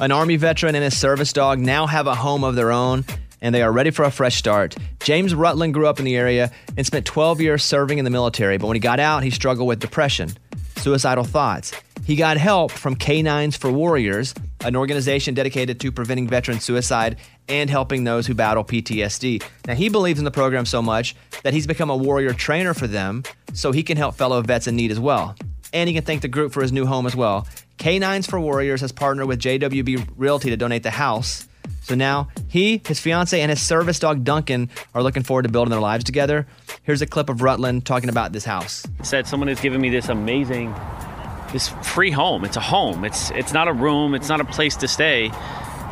A: An Army veteran and his service dog now have a home of their own, and they are ready for a fresh start. James Rutland grew up in the area and spent 12 years serving in the military, but when he got out, he struggled with depression, suicidal thoughts. He got help from Canines for Warriors, an organization dedicated to preventing veteran suicide and helping those who battle PTSD. Now, he believes in the program so much that he's become a warrior trainer for them so he can help fellow vets in need as well and he can thank the group for his new home as well. Canines for Warriors has partnered with JWB Realty to donate the house. So now he, his fiance, and his service dog Duncan are looking forward to building their lives together. Here's a clip of Rutland talking about this house.
V: said someone has given me this amazing this free home it's a home it's it's not a room it's not a place to stay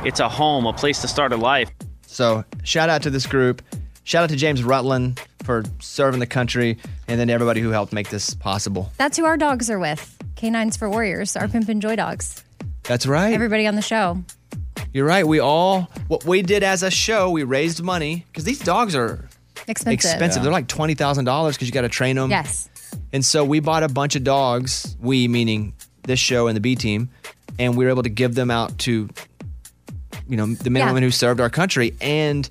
V: it's a home a place to start a life
A: So shout out to this group. Shout out to James Rutland for serving the country and then everybody who helped make this possible.
B: That's who our dogs are with. Canines for Warriors, our Pimp and Joy dogs.
A: That's right.
B: Everybody on the show.
A: You're right. We all, what we did as a show, we raised money because these dogs are
B: Expensive.
A: expensive. They're like $20,000 because you got to train them.
B: Yes.
A: And so we bought a bunch of dogs, we meaning this show and the B team, and we were able to give them out to, you know, the men
B: Yeah.
A: and women who served our country. And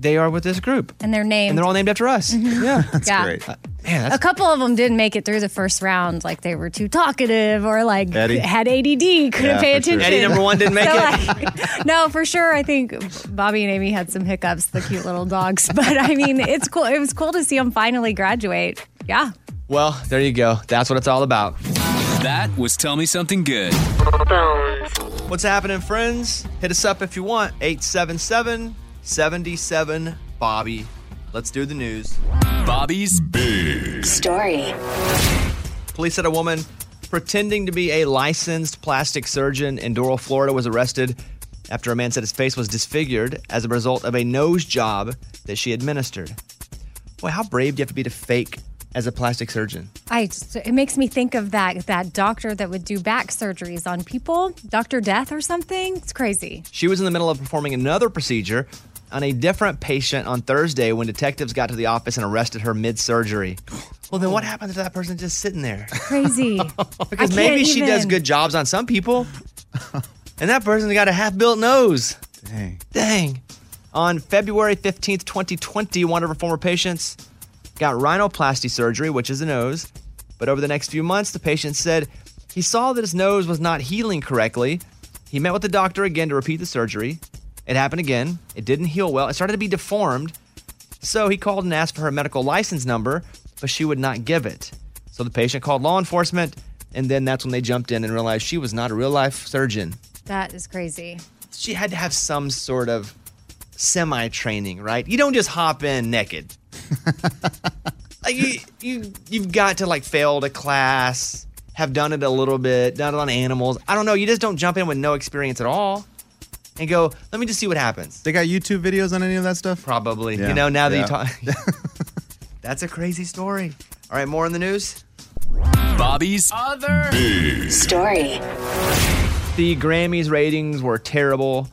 A: they are with this group.
B: And their name.
A: And they're all named after us. Yeah.
B: Yeah.
A: Uh, man, that's
B: a couple of them didn't make it through the first round. Like they were too talkative or like
A: Eddie.
B: had ADD, couldn't
A: Yeah,
B: pay
A: for sure.
B: attention.
A: Eddie number one didn't make
B: So,
A: it.
B: like, no, for sure. I think Bobby and Amy had some hiccups, the cute little dogs. But I mean, it's cool. It was cool to see them finally graduate. Yeah.
A: Well, there you go. That's what it's all about.
O: That was Tell Me Something Good.
A: What's happening, friends? Hit us up if you want. 877 77 Bobby. Let's do the news.
O: Bobby's Big
L: Story.
A: Police said a woman pretending to be a licensed plastic surgeon in Doral, Florida, was arrested after a man said his face was disfigured as a result of a nose job that she administered. Boy, how brave do you have to be to fake as a plastic surgeon?
B: I just- it makes me think of that that doctor that would do back surgeries on people, Doctor Death or something. It's crazy.
A: She was in the middle of performing another procedure on a different patient on Thursday when detectives got to the office and arrested her mid surgery. Well, then what happens to that person just sitting there?
B: Crazy.
A: Because maybe she does good jobs on some people, and that person's got a half built nose. Dang. Dang. On February 15th, 2020, one of her former patients got rhinoplasty surgery, which is a nose. But over the next few months, the patient said he saw that his nose was not healing correctly. He met with the doctor again to repeat the surgery. It happened again. It didn't heal well. It started to be deformed. So he called and asked for her medical license number, but she would not give it. So the patient called law enforcement, and then that's when they jumped in and realized she was not a real life surgeon.
B: That is crazy.
A: She had to have some sort of semi training, right? You don't just hop in naked. like you, you, you've got to like failed a class, have done it a little bit, done it on animals. I don't know. You just don't jump in with no experience at all and go, let me just see what happens.
G: They got YouTube videos on any of that stuff?
A: Probably.
G: Yeah.
A: You know, now that
G: Yeah.
A: you talk. That's a crazy story. All right, more in the news.
O: Bobby's
A: Other
O: Big
L: Story.
A: The Grammys ratings were terrible.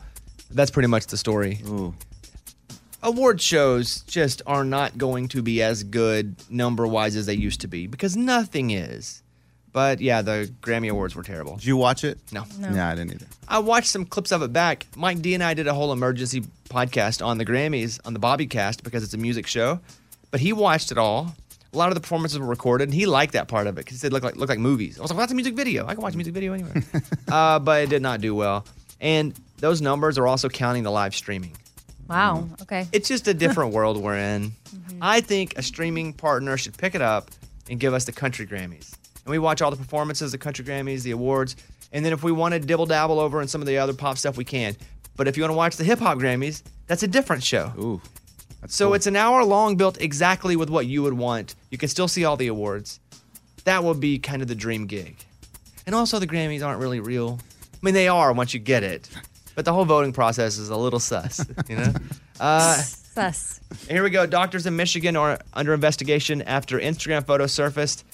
A: That's pretty much the story. Award shows just are not going to be as good number wise as they used to be because nothing is. But yeah, the Grammy Awards were terrible.
G: Did you watch it?
A: No.
G: No, I didn't either.
A: I watched some clips of it back. Mike D and I did a whole emergency podcast on the Grammys on the Bobby Cast because it's a music show. But he watched it all. A lot of the performances were recorded, and he liked that part of it because he said it looked like looked like movies. I was like, well, that's a music video. I can watch a music video anywhere. uh, but it did not do well. And those numbers are also counting the live streaming.
B: Wow.
A: Mm-hmm.
B: Okay.
A: It's just a different world we're in. I think a streaming partner should pick it up and give us the country Grammys. And we watch all the performances, the country Grammys, the awards. And then if we want to dibble dabble over in some of the other pop stuff, we can. But if you want to watch the hip hop Grammys, that's a different show.
G: Ooh.
A: So it's an hour long built exactly with what you would want. You can still see all the awards. That would be kind of the dream gig. And also, the Grammys aren't really real. I mean, they are once you get it, but the whole voting process is a little sus, you know? Uh,
B: Sus.
A: here we go. Doctors in Michigan are under investigation after Instagram photo surfaced.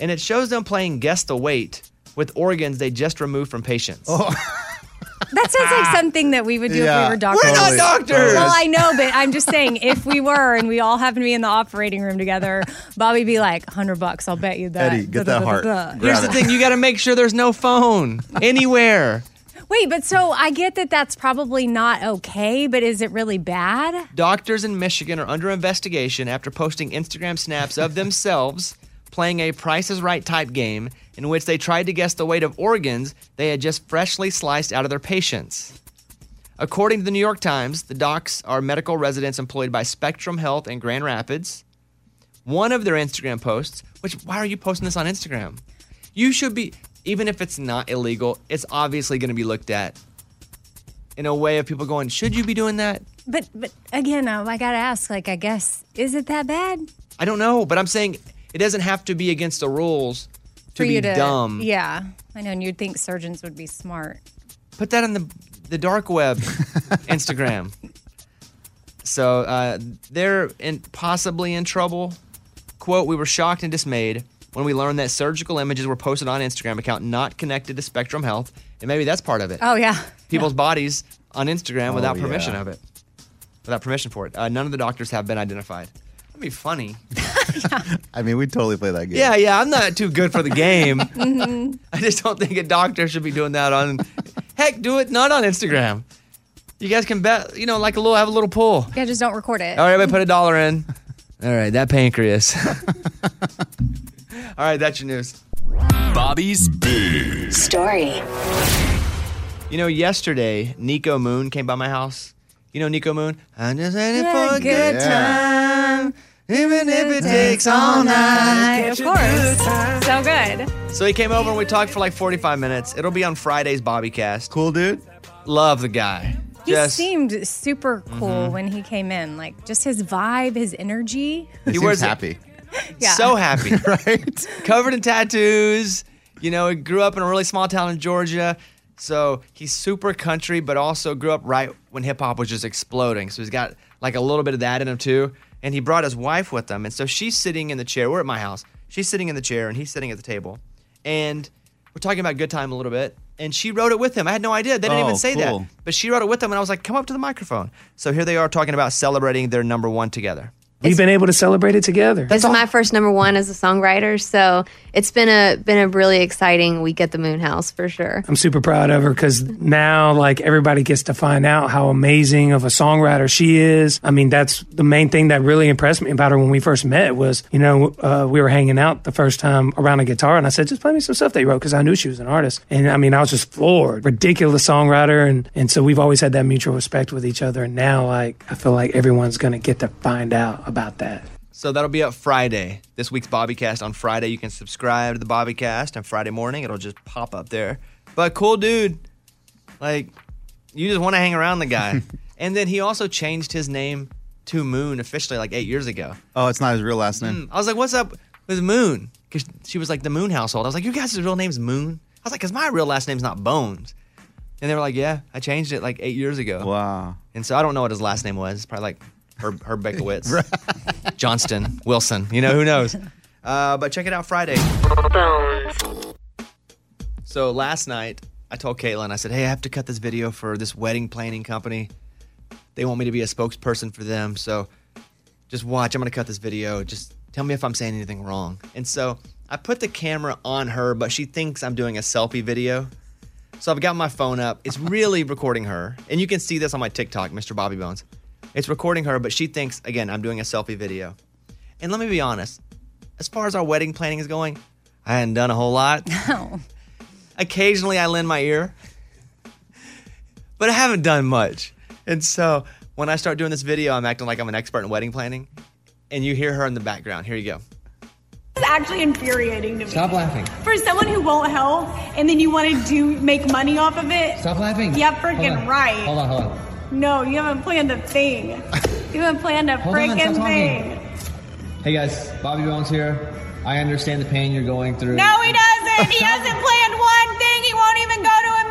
A: And it shows them playing guess the weight with organs they just removed from patients.
B: That sounds like something that we would do if
A: Yeah.
B: we were doctors.
A: We're not doctors!
B: Well, I know, but I'm just saying, if we were and we all happened to be in the operating room together, Bobby'd be like, 100 bucks, I'll bet you that.
A: Eddie, get
B: da, da,
A: that
B: da,
A: heart.
B: da."
A: Here's the thing you got to make sure there's no phone anywhere.
B: Wait, but so I get that that's probably not okay, but is it really bad?
A: Doctors in Michigan are under investigation after posting Instagram snaps of themselves playing a Price is Right type game in which they tried to guess the weight of organs they had just freshly sliced out of their patients. According to the New York Times, the docs are medical residents employed by Spectrum Health in Grand Rapids. One of their Instagram posts, which, why are you posting this on Instagram? You should be, even if it's not illegal, it's obviously going to be looked at in a way of people going, should you be doing that?
B: But but again, um, I gotta ask. Like, I guess is it that bad
A: I don't know, but I'm saying it doesn't have to be against the rules
B: for
A: to be
B: you to?
A: dumb.
B: Yeah, I know. And you'd think surgeons would be smart.
A: Put that on the the dark web, Instagram. So uh, they're in, possibly in trouble. Quote: We were shocked and dismayed when we learned that surgical images were posted on Instagram account not connected to Spectrum Health, and maybe that's part of it.
B: Oh yeah.
A: people's bodies on Instagram
B: Oh,
A: without permission
B: yeah.
A: of it, without permission for it. Uh, none of the doctors have been identified. That'd be funny.
G: I mean, we totally play that game.
A: Yeah, yeah. I'm not too good for the game.
U: Mm-hmm.
B: Mhm.
A: I just don't think a doctor should be doing that on. Heck, do it not on Instagram. You guys can bet. You know, like a little have a little pull.
B: Yeah, just don't record it.
A: All right, everybody put a dollar in. All right, that pancreas. All right, that's your news.
O: Bobby's Big
L: Story.
A: You know, yesterday Nico Moon came by my house. You know Nico Moon. I just had it
U: Yeah,
A: for a
U: good
A: good time, even if it takes all night.
B: Of course. So good.
A: So he came over and we talked for like 45 minutes. It'll be on Friday's Bobbycast.
G: Cool dude.
A: Love the guy.
B: He
A: Just-
B: seemed super cool
A: Mhm.
B: when he came in. Like, just his vibe, his energy.
A: He was happy.
B: Yeah.
A: So happy.
G: right?
A: Covered in tattoos. You know, he grew up in a really small town in Georgia. So he's super country, but also grew up right when hip hop was just exploding. So he's got like a little bit of that in him too. And he brought his wife with him. And so she's sitting in the chair. We're at my house. She's sitting in the chair and he's sitting at the table. And we're talking about good time a little bit. And she wrote it with him. I had no idea. They didn't
G: Oh,
A: even say
G: cool.
A: that. But she wrote it with him. And I was like, come up to the microphone. So here they are talking about celebrating their number one together.
W: We've been able to celebrate it together.
X: This is my first number one as a songwriter, so it's been a been a really exciting week at the Moon House for sure.
W: I'm super proud of her because now, like, everybody gets to find out how amazing of a songwriter she is. I mean, that's the main thing that really impressed me about her when we first met was, you know, uh, we were hanging out the first time around a guitar, and I said, just play me some stuff they wrote because I knew she was an artist. And I mean, I was just floored. Ridiculous songwriter. And, and so we've always had that mutual respect with each other. And now, like, I feel like everyone's going to get to find out about that.
A: So that'll be up Friday. This week's Bobbycast on Friday. You can subscribe to the Bobbycast on Friday morning. It'll just pop up there. But cool dude. Like, you just want to hang around the guy. and then he also changed his name to Moon officially like eight years ago.
G: Oh, it's not his real last name.
A: I was like, what's up with Moon? Because she was like the Moon household. I was like, you guys' real name's Moon? I was like, because my real last name's not Bones. And they were like, yeah, I changed it like eight years ago.
G: Wow.
A: And so I don't know what his last name was. It's probably like Herb, Herb Beckwitz, Johnston, Wilson. You know, who knows? Uh, but check it out Friday. So last night, I told Caitlin, I said, hey, I have to cut this video for this wedding planning company. They want me to be a spokesperson for them. So just watch. I'm going to cut this video. Just tell me if I'm saying anything wrong. And so I put the camera on her, but she thinks I'm doing a selfie video. So I've got my phone up. It's really recording her. And you can see this on my TikTok, Mr. Bobby Bones. It's recording her, but she thinks, again, I'm doing a selfie video. And let me be honest, as far as our wedding planning is going, I hadn't done a whole lot.
B: No.
A: Occasionally I lend my ear, but I haven't done much. And so when I start doing this video, I'm acting like I'm an expert in wedding planning. And you hear her in the background. Here you go.
C: It's actually infuriating to me.
A: Stop laughing.
C: For someone who won't help, and then you want to do make money off of it.
A: Stop laughing.
C: Yeah, freaking right.
A: on, hold on.
C: No, you haven't planned a thing. you haven't planned a
F: Hold on, stop
C: freaking
F: talking.
C: thing.
F: Hey guys, Bobby Bones here. I understand the pain you're going through.
C: No, he doesn't. He hasn't planned one thing. He won't even go to a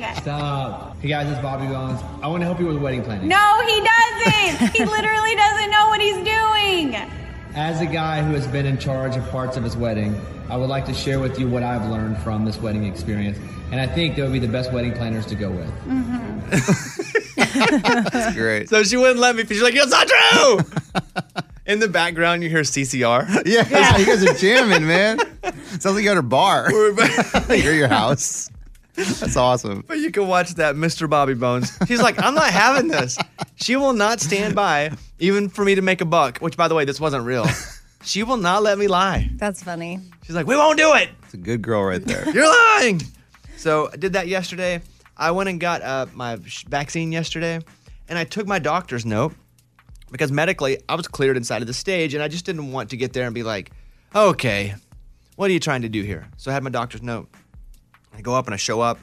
C: meeting.
F: Stop. Hey guys, it's Bobby Bones. I want to help you with wedding planning.
C: No, he doesn't. He literally doesn't know what he's doing.
F: As a guy who has been in charge of parts of his wedding, I would like to share with you what I've learned from this wedding experience, and I think they would be the best wedding planners to go with.
A: That's great. So she wouldn't let me. She's like, it's not true. in the background, you hear CCR.
G: Yeah, you guys are jamming, man. Sounds like you at a bar. You're at your house. That's awesome.
A: But you can watch that, Mr. Bobby Bones. She's like, I'm not having this. She will not stand by, even for me to make a buck, which, by the way, this wasn't real. She will not let me lie.
B: That's funny.
A: She's like, we won't do it.
G: It's a good girl right there.
A: You're lying. So I did that yesterday. I went and got uh, my sh- vaccine yesterday, and I took my doctor's note because medically I was cleared inside of the stage, and I just didn't want to get there and be like, okay, what are you trying to do here? So I had my doctor's note. I go up and I show up,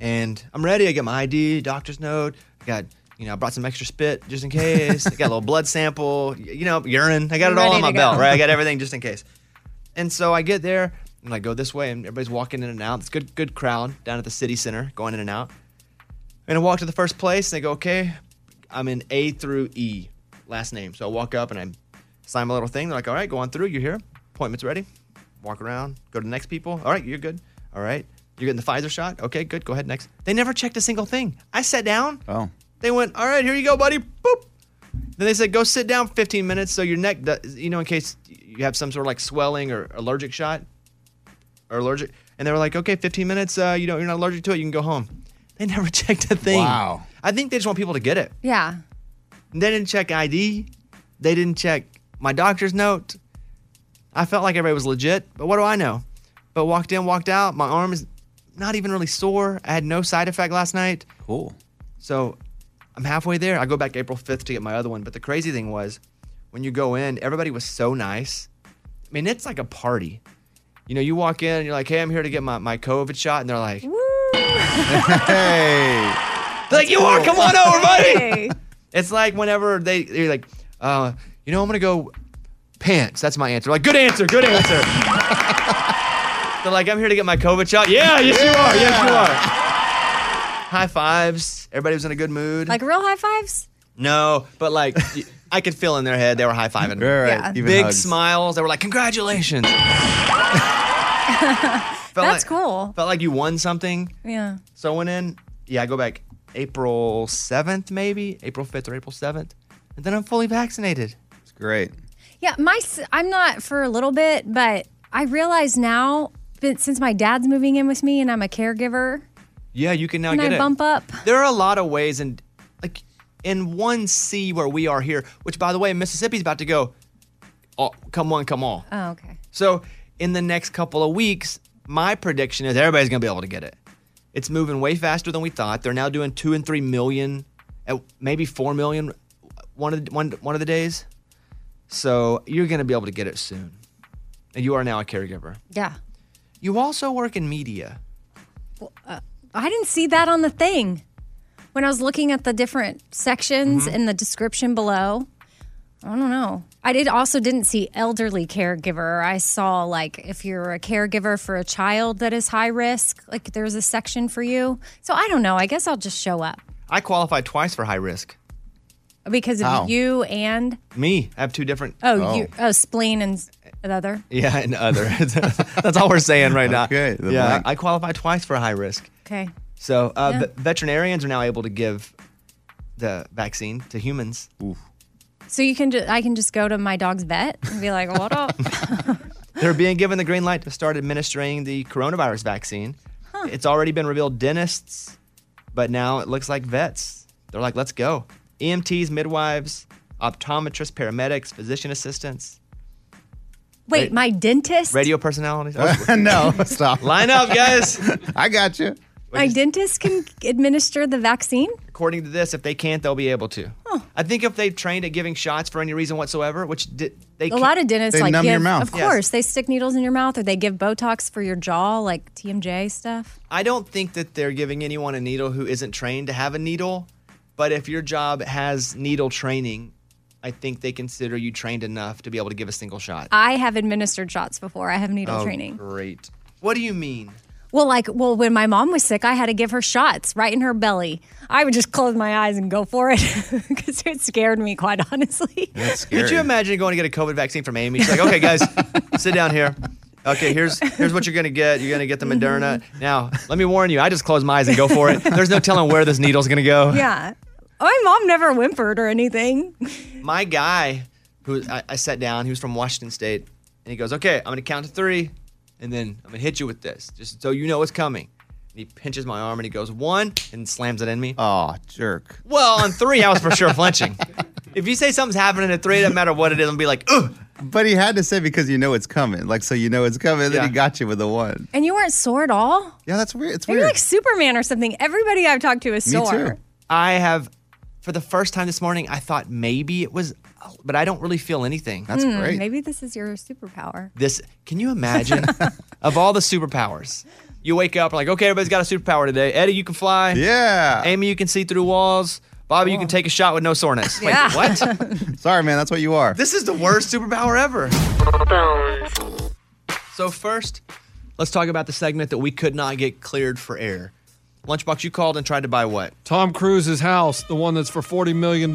A: and I'm ready. I get my ID, doctor's note. I got, you know, I brought some extra spit just in case. I got a little blood sample, y- you know, urine. I got
E: You're
A: it all
E: ready
A: on my
E: to go.
A: belt, right? I got everything just in case. And so I get there and I go this way, and everybody's walking in and out. It's good, good crowd down at the city center, going in and out. And I walk to the first place, and they go, "Okay, I'm in A through E, last name." So I walk up and I sign my little thing. They're like, "All right, go on through. You're here. Appointment's ready. Walk around. Go to the next people. All right, you're good. All right, you're getting the Pfizer shot. Okay, good. Go ahead next." They never checked a single thing. I sat down.
G: Oh.
A: They went, "All right, here you go, buddy." Boop. Then they said, "Go sit down for 15 minutes so your neck, does, you know, in case you have some sort of like swelling or allergic shot or allergic." And they were like, "Okay, 15 minutes. Uh, you know, you're not allergic to it. You can go home." They never checked a thing. Wow. I think they just want people to get it.
B: Yeah.
A: They didn't check ID. They didn't check my doctor's note. I felt like everybody was legit, but what do I know? But walked in, walked out. My arm is not even really sore. I had no side effect last night.
G: Cool.
A: So I'm halfway there. I go back April 5th to get my other one. But the crazy thing was, when you go in, everybody was so nice. I mean, it's like a party. You know, you walk in and you're like, hey, I'm here to get my, my COVID shot. And they're like, hey. They're like, you are, come on over, buddy. It's like whenever they, they're like, uh, you know, I'm going to go pants. That's my answer. Like, good answer, good answer. they're like, I'm here to get my COVID shot. Yeah, yes, you are. Yes, you are. High fives. Everybody was in a good mood.
B: Like real high fives?
A: No, but like y- I could feel in their head they were high fiving.
B: right. Yeah. Even
A: Big
B: hugs.
A: smiles. They were like, "Congratulations!"
B: That's
A: like-
B: cool.
A: Felt like you won something.
B: Yeah.
A: So I went in. Yeah, I go back April seventh, maybe April fifth or April seventh, and then I'm fully vaccinated.
G: It's great.
B: Yeah, my s- I'm not for a little bit, but I realize now but since my dad's moving in with me and I'm a caregiver,
A: Yeah, you can now
B: can
A: get
B: I
A: it.
B: bump up?
A: There are a lot of ways, and like in one C where we are here, which by the way, Mississippi's about to go. All, come one, come all.
B: Oh, okay.
A: So in the next couple of weeks, my prediction is everybody's going to be able to get it. It's moving way faster than we thought. They're now doing two and three million, uh, maybe four million, one of the, one one of the days. So you're going to be able to get it soon, and you are now a caregiver.
B: Yeah.
A: You also work in media.
B: Well, uh, I didn't see that on the thing. When I was looking at the different sections in the description below, I don't know. I did also didn't see elderly caregiver. I saw like if you're a caregiver for a child that is high risk, like there's a section for you. So I don't know. I guess I'll just show up
A: I qualified twice for high risk.
B: because of
A: How?
B: you and
A: Me, I have two different.
B: oh, you oh spleen and s- the other.
A: Yeah, and other. That's all we're saying right now. Okay.
G: the
A: yeah,
G: blank.
A: I qualified twice for high risk.
B: Okay.
A: So uh,
B: Yeah.
A: ve- veterinarians are now able to give the vaccine to humans.
B: So you can ju- I can just go to my dog's vet and be like, "What up?"
A: They're being given the green light to start administering the coronavirus vaccine. It's already been revealed dentists, but now it looks like vets. They're like, let's go. EMTs, midwives, optometrists, paramedics, physician assistants,
B: Wait,
A: Wait.
B: my dentist?
A: radio personalities.
G: no, stop.
A: Line up, guys.
G: I got you.
B: My dentist can administer the vaccine?
A: According to this, if they can't, they'll be able to. I think if they've trained at giving shots for any reason whatsoever, which di- they
B: a lot of dentists like give, of
A: Yes.
B: course, they stick needles in your mouth or they give Botox for your jaw, like TMJ stuff.
A: I don't think that they're giving anyone a needle who isn't trained to have a needle. But if your job has needle training, I think they consider you trained enough to be able to give a single shot.
B: I have administered shots before. I have needle
A: Oh,
B: training.
A: Great. What do you mean?
B: Well, like, well, when my mom was sick, I had to give her shots right in her belly. I would just close my eyes and go for it because it scared me, quite honestly.
A: That's Could you imagine going to get a COVID vaccine from Amy? She's like, okay, guys, sit down here. Okay, here's here's what you're gonna get. You're gonna get the Moderna. Now, let me warn you, I just close my eyes and go for it. There's no telling where this needle's gonna go.
B: Yeah. My mom never whimpered or anything.
A: my guy who I, I sat down, he was from Washington State, and he goes, "Okay, I'm gonna count to three, and then I'm gonna hit you with this, just so you know it's coming." And he pinches my arm and he goes one and slams it in me.
G: Oh, jerk!
A: Well, on three, I was for sure flinching. If you say something's happening at three, it doesn't matter what it is, I'll be like, "Ugh."
G: But he had to say because you know it's coming, like so you know it's coming. and Then he
A: Yeah.
G: got you with the one.
B: And you weren't sore at all?
G: Yeah, that's weird. It's
B: You're like Superman or something. Everybody I've talked to is sore.
A: I have, for the first time this morning, I thought maybe it was, oh, but I don't really feel anything.
B: Hmm, Maybe this is your superpower.
A: This can you imagine? of all the superpowers, you wake up like, okay, everybody's got a superpower today. Eddie, you can fly.
G: Yeah.
A: Uh, Amy, you can see through walls. Bobby, you can take a shot with no soreness. Like,
G: Yeah.
A: what?
G: Sorry, man. That's what you are.
A: This is the worst superpower ever. So first, let's talk about the segment that we could not get cleared for air. Lunchbox, you called and tried to buy what?
H: Tom Cruise's house, the one that's for $40 million.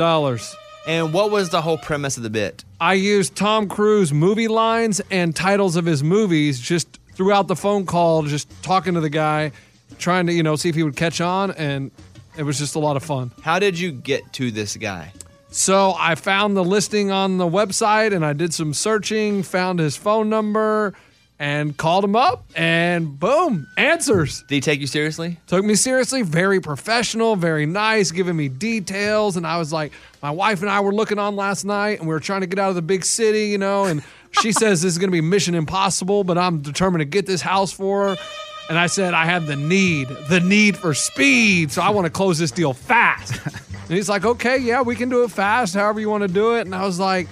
A: And what was the whole premise of the bit?
H: I used Tom Cruise movie lines and titles of his movies just throughout the phone call, just talking to the guy, trying to, you know, see if he would catch on. And it was just a lot of fun.
A: How did you get to this guy?
H: So I found the listing on the website and I did some searching, found his phone number, and called him up, and boom, answers.
A: Did he take you seriously?
H: Took me seriously, very professional, very nice, giving me details. And I was like, my wife and I were looking on last night and we were trying to get out of the big city, you know, and she says this is going to be mission impossible, but I'm determined to get this house for her. And I said, I have the need, the need for speed. So I want to close this deal fast. And he's like, okay, yeah, we can do it fast, however you want to do it. And I was like,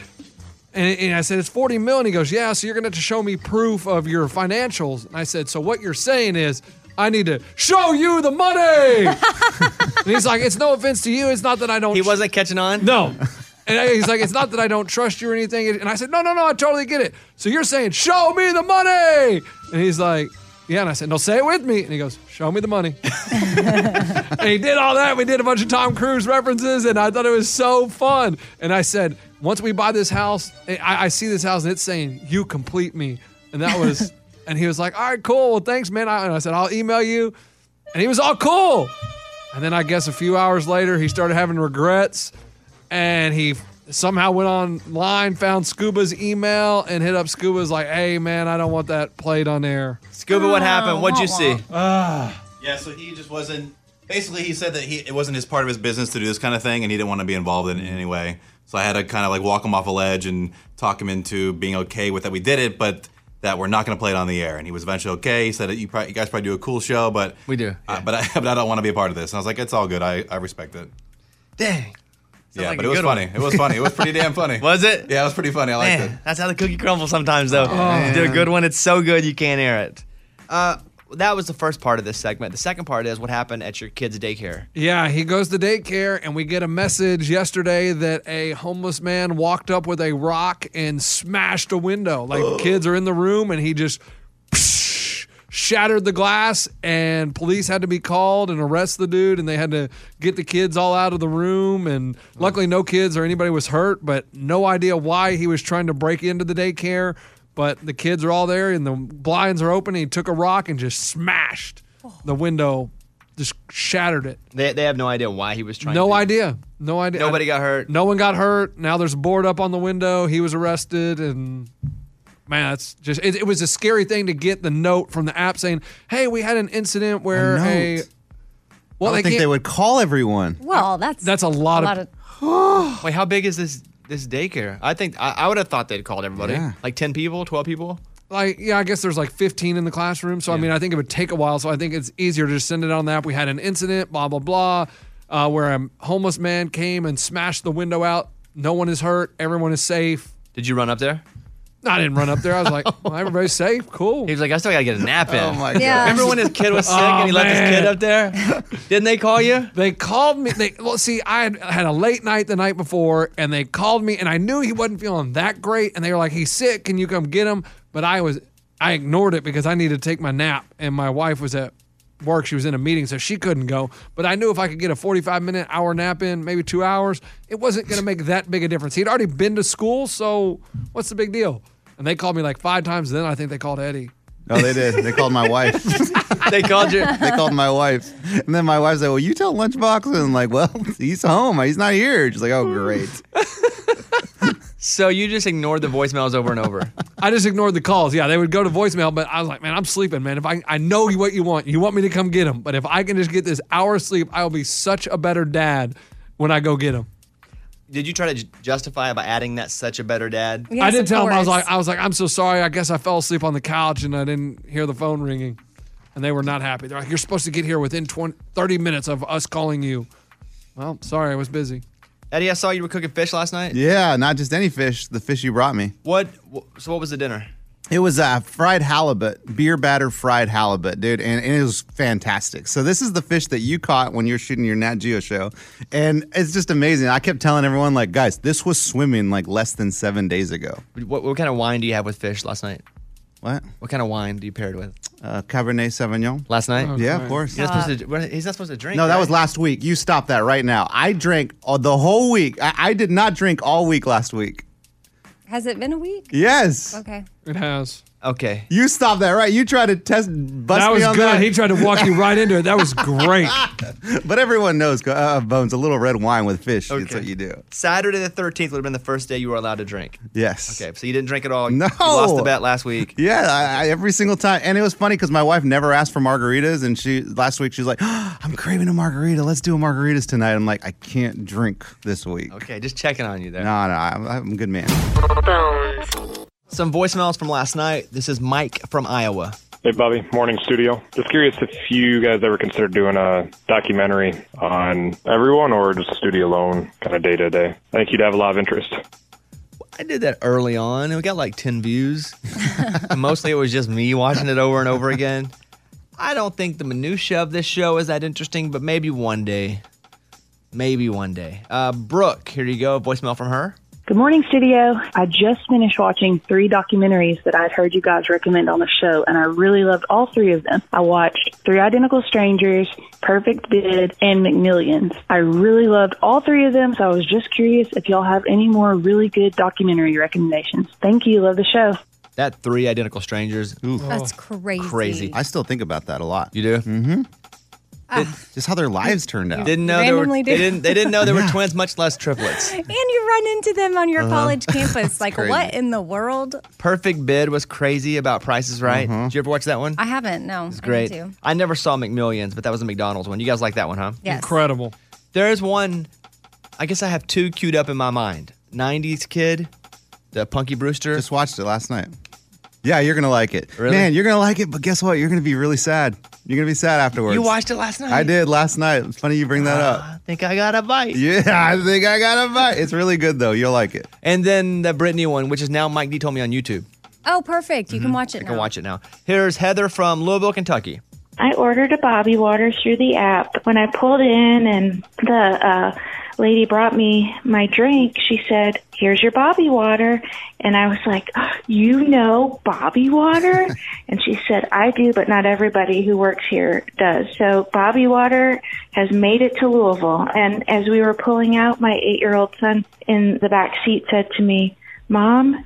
H: and, and I said, it's 40 million. He goes, yeah, so you're going to have to show me proof of your financials. And I said, so what you're saying is, I need to show you the money. and he's like, it's no offense to you. It's not that I don't. He
A: wasn't catching on?
H: No. And I- he's like, it's not that I don't trust you or anything. And I said, no, no, no, I totally get it. So you're saying, show me the money. And he's like, yeah. And I said, no, say it with me. And he goes, show me the money. and he did all that. We did a bunch of Tom Cruise references, and I thought it was so fun. And I said, once we buy this house, eh, I, I see this house, and it's saying, "You complete me." And that was, and he was like, "All right, cool. Well, thanks, man." I, and I said, "I'll email you," and he was all cool. And then I guess a few hours later, he started having regrets, and he somehow went online, found Scuba's email, and hit up Scuba's like, "Hey, man, I don't want that played on air."
A: Scuba, what happened? What'd you see?
Q: Yeah, so he just wasn't. Basically, he said that he it wasn't his part of his business to do this kind of thing, and he didn't want to be involved in it in any way. So I had to kind of like walk him off a ledge and talk him into being okay with that we did it, but that we're not going to play it on the air. And he was eventually okay. He said that you, probably, you guys probably do a cool show, but
A: we do.
Q: Uh, but I but I don't want to be a part of this. And I was like, it's all good. I, I respect it.
A: Dang.
Q: yeah,
A: like
Q: but
A: a
Q: it was
A: good one.
Q: funny. It was funny. It was pretty damn funny.
A: Was it?
Q: Yeah, it was pretty funny. I liked
A: Man, Eh, That's how the cookie crumbles sometimes, though. you do a good one, it's so good you can't air it. Uh, that was the first part of this segment. The second part is what happened at your kid's daycare.
H: Yeah, he goes to daycare, and we get a message yesterday that a homeless man walked up with a rock and smashed a window. Like the kids are in the room, and he just shattered the glass, and police had to be called and arrest the dude, and they had to get the kids all out of the room. And luckily, no kids or anybody was hurt, but no idea why he was trying to break into the daycare. But the kids are all there, and the blinds are open. And he took a rock and just smashed the window, just shattered it.
A: They, they have no idea why he was trying
H: No
A: to.
H: idea. No idea.
A: Nobody got hurt.
H: No one got hurt. Now there's a board up on the window. He was arrested, and man, that's just it, it was a scary thing to get the note from the app saying, "Hey, we had an incident where
G: A
H: a,
G: note?
H: well,
G: I don't
H: they
G: think
H: can't-
G: they would call everyone.
B: Well, that's
H: That's a lot,
B: a lot
H: of,
B: of
A: Wait, how big is this this daycare? I think I, I would have thought they'd called everybody.
H: Yeah.
A: Like ten people, twelve people.
H: Like, yeah, I guess there's like 15 in the classroom. So, I mean, I think it would take a while. So, I think it's easier to just send it on the app. We had an incident, blah, blah, blah, uh, where a homeless man came and smashed the window out. No one is hurt. Everyone is safe.
A: Did you run up there?
H: I didn't run up there. I was like, well, everybody's safe. Cool. He
A: was like, I still got to get a nap in.
H: Oh, my
A: Yeah.
H: God.
A: Remember when his kid was sick and he left his kid up there? Didn't they call you?
H: They called me. They well, see, I had, had a late night the night before, and they called me, and I knew he wasn't feeling that great, and they were like, "He's sick. Can you come get him?" But I was, I ignored it because I needed to take my nap, and my wife was at work. She was in a meeting, so she couldn't go. But I knew if I could get a forty-five minute hour nap in, maybe two hours, it wasn't going to make that big a difference. He'd already been to school, so what's the big deal? And they called me like five times. Then I think they called Eddie.
G: Oh, they did. They called my wife.
A: they called you.
G: They called my wife, and then my wife said, "Well, you tell Lunchbox." And I'm like, "Well, he's home. He's not here." She's like, "Oh, great."
A: So you just ignored the voicemails over and over.
H: I just ignored the calls. Yeah, they would go to voicemail, but I was like, man, I'm sleeping, man. If I I know what you want, you want me to come get him, but if I can just get this hour of sleep, I will be such a better dad when I go get him.
A: Did you try to ju- justify it by adding that such a better dad?
H: I didn't tell him. I was like, I was like, I'm so sorry. I guess I fell asleep on the couch and I didn't hear the phone ringing, and they were not happy. They're like, you're supposed to get here within 20, 30 minutes of us calling you. Well, sorry, I was busy.
A: Eddie, I saw you were cooking fish last night.
G: yeah, not just any fish. The fish you brought me.
A: What? wh- So what was the dinner?
G: It was uh, fried halibut, beer batter fried halibut, dude, and, and it was fantastic. So this is the fish that you caught when you were shooting your Nat Geo show, and it's just amazing. I kept telling everyone, like, guys, this was swimming like less than seven days ago.
A: What, what kind of wine do you have with fish last night?
G: What?
A: What kind of wine do you pair it with?
G: Uh, Cabernet Sauvignon
A: last night.
G: Oh, yeah, of course.
A: You're not supposed to- we're- he's not supposed to drink.
G: No, that
A: right?
G: was last week. You stop that right now. I drank all, the whole week. I, I did not drink all week last week.
B: Has it been a week?
G: Yes.
B: Okay.
H: It has.
A: Okay.
G: You stop that right. You tried to test bust
H: That
G: me
H: was
G: on
H: good. He tried to walk you right into it. That was great.
G: but everyone knows uh, bones a little red wine with fish. That's
A: Okay.
G: what you do.
A: Saturday the 13th would have been the first day you were allowed to drink.
G: Yes.
A: Okay, so you didn't drink at all.
G: No.
A: You lost the bet last week.
G: Yeah, I, I, every single time. And it was funny because my wife never asked for margaritas, and she last week she was like, "I'm craving a margarita. Let's do a margaritas tonight." I'm like, I can't drink this week.
A: Okay, just checking on you there.
G: No, no, I'm, I'm a good man.
A: Some voicemails from last night. This is Mike from Iowa.
D: Hey, Bobby. Morning, studio. Just curious if you guys ever considered doing a documentary on everyone or just studio alone, kind of day to day. I think you'd have a lot of interest.
A: I did that early on, and we got like 10 views. Mostly it was just me watching it over and over again. I don't think the minutia of this show is that interesting, but maybe one day. Maybe one day. Uh, Brooke, here you go. Voicemail from her.
K: Good morning, studio. I just finished watching three documentaries that I'd heard you guys recommend on the show, and I really loved all three of them. I watched Three Identical Strangers, Perfect Bid, and McMillions. I really loved all three of them, so I was just curious if y'all have any more really good documentary recommendations. Thank you. Love the show.
A: That three identical strangers.
B: That's crazy.
A: crazy.
G: I still think about that a lot.
A: You do?
G: Mm-hmm.
B: Ah.
G: Just how their lives turned out.
A: Didn't know they, were,
B: Randomly
A: they
B: do.
A: didn't. They didn't know there were twins, much less triplets.
B: And you run into them on your
A: Uh-huh.
B: college campus. Like,
A: crazy.
B: what in the world?
A: Perfect bid was crazy about prices, right? Did you ever watch that one?
B: I haven't. No.
A: It's great. I, never saw McMillions, but that was a McDonald's one. You guys like that one, huh?
B: Yes.
H: Incredible.
A: There is one. I guess I have two queued up in my mind. '90s kid, the Punky Brewster.
G: Just watched it last night. Yeah, you're gonna like it.
A: Really?
G: Man, you're gonna like it, but guess what? You're gonna be really sad. You're gonna be sad afterwards.
A: You watched it last night.
G: I did last night. It's funny you bring that
A: I
G: up.
A: think I got a bite.
G: Yeah, I think I got a bite. It's really good though. You'll like it.
A: And then the Brittany one, which is now Mike D told me on YouTube.
B: Oh, perfect. You can watch it
A: Mm-hmm. I
B: now.
A: can watch it now. Here's Heather from Louisville, Kentucky.
S: I ordered a Bobby Waters through the app. When I pulled in and the uh, lady brought me my drink, she said, Here's your Bobby Water. And I was like, "Oh, You know Bobby Water? and she said, I do, but not everybody who works here does. So Bobby Water has made it to Louisville. And as we were pulling out, my eight year old son in the back seat said to me, Mom,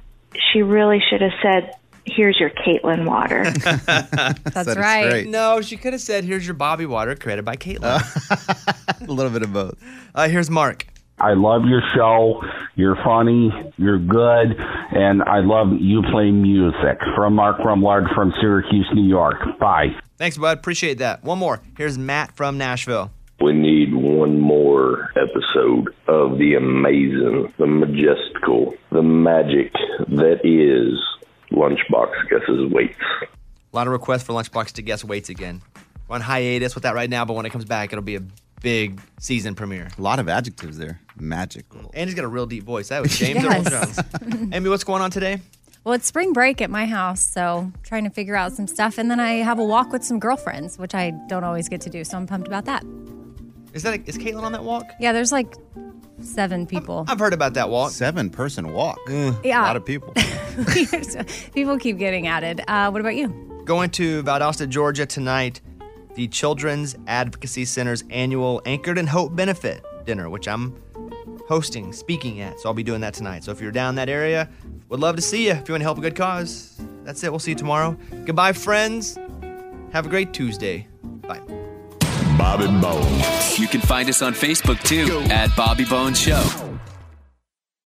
S: she really should have said, Here's your Caitlin Water.
A: That's
S: is right. great.
A: No, she could have said, "Here's your Bobby Water, created by
G: Uh.
A: Caitlin."
G: a little bit of both.
A: Uh, here's Mark.
Y: I love your show. You're funny. You're good. And I love you play music. From Mark Rumlard from Syracuse, New York. Bye.
A: Thanks, bud. Appreciate that. One more. Here's Matt from Nashville.
Z: We need
C: one more episode of the amazing, the majestical, the magic that is Lunchbox Gus's Weights.
A: A lot of requests for Lunchbox to guess weights again. We're on hiatus with that right now, but when it comes back, it'll be a big season premiere.
G: A lot of adjectives there. Magical.
A: And he's got a real deep voice. That was James Earl
B: Yes.
A: Jones. Amy, what's going on today?
B: Well, it's spring break at my house, so trying to figure out some stuff. And then I have a walk with some girlfriends, which I don't always get to do, so I'm pumped about that.
A: Is that is Caitlin on that walk?
B: Yeah, there's like seven people.
A: I've heard about that walk.
G: Seven person walk.
B: Yeah.
G: A lot of people.
B: people keep getting added. Uh, what about you?
A: Going to Valdosta, Georgia tonight, the Children's Advocacy Center's annual Anchored in Hope benefit dinner, which I'm hosting, speaking at. So I'll be doing that tonight. So if you're down that area, would love to see you. If you want to help a good cause, that's it. We'll see you tomorrow. Goodbye, friends. Have a great Tuesday. Bye.
H: Bob and Bones. You can find us on Facebook too at Bobby Bones Show.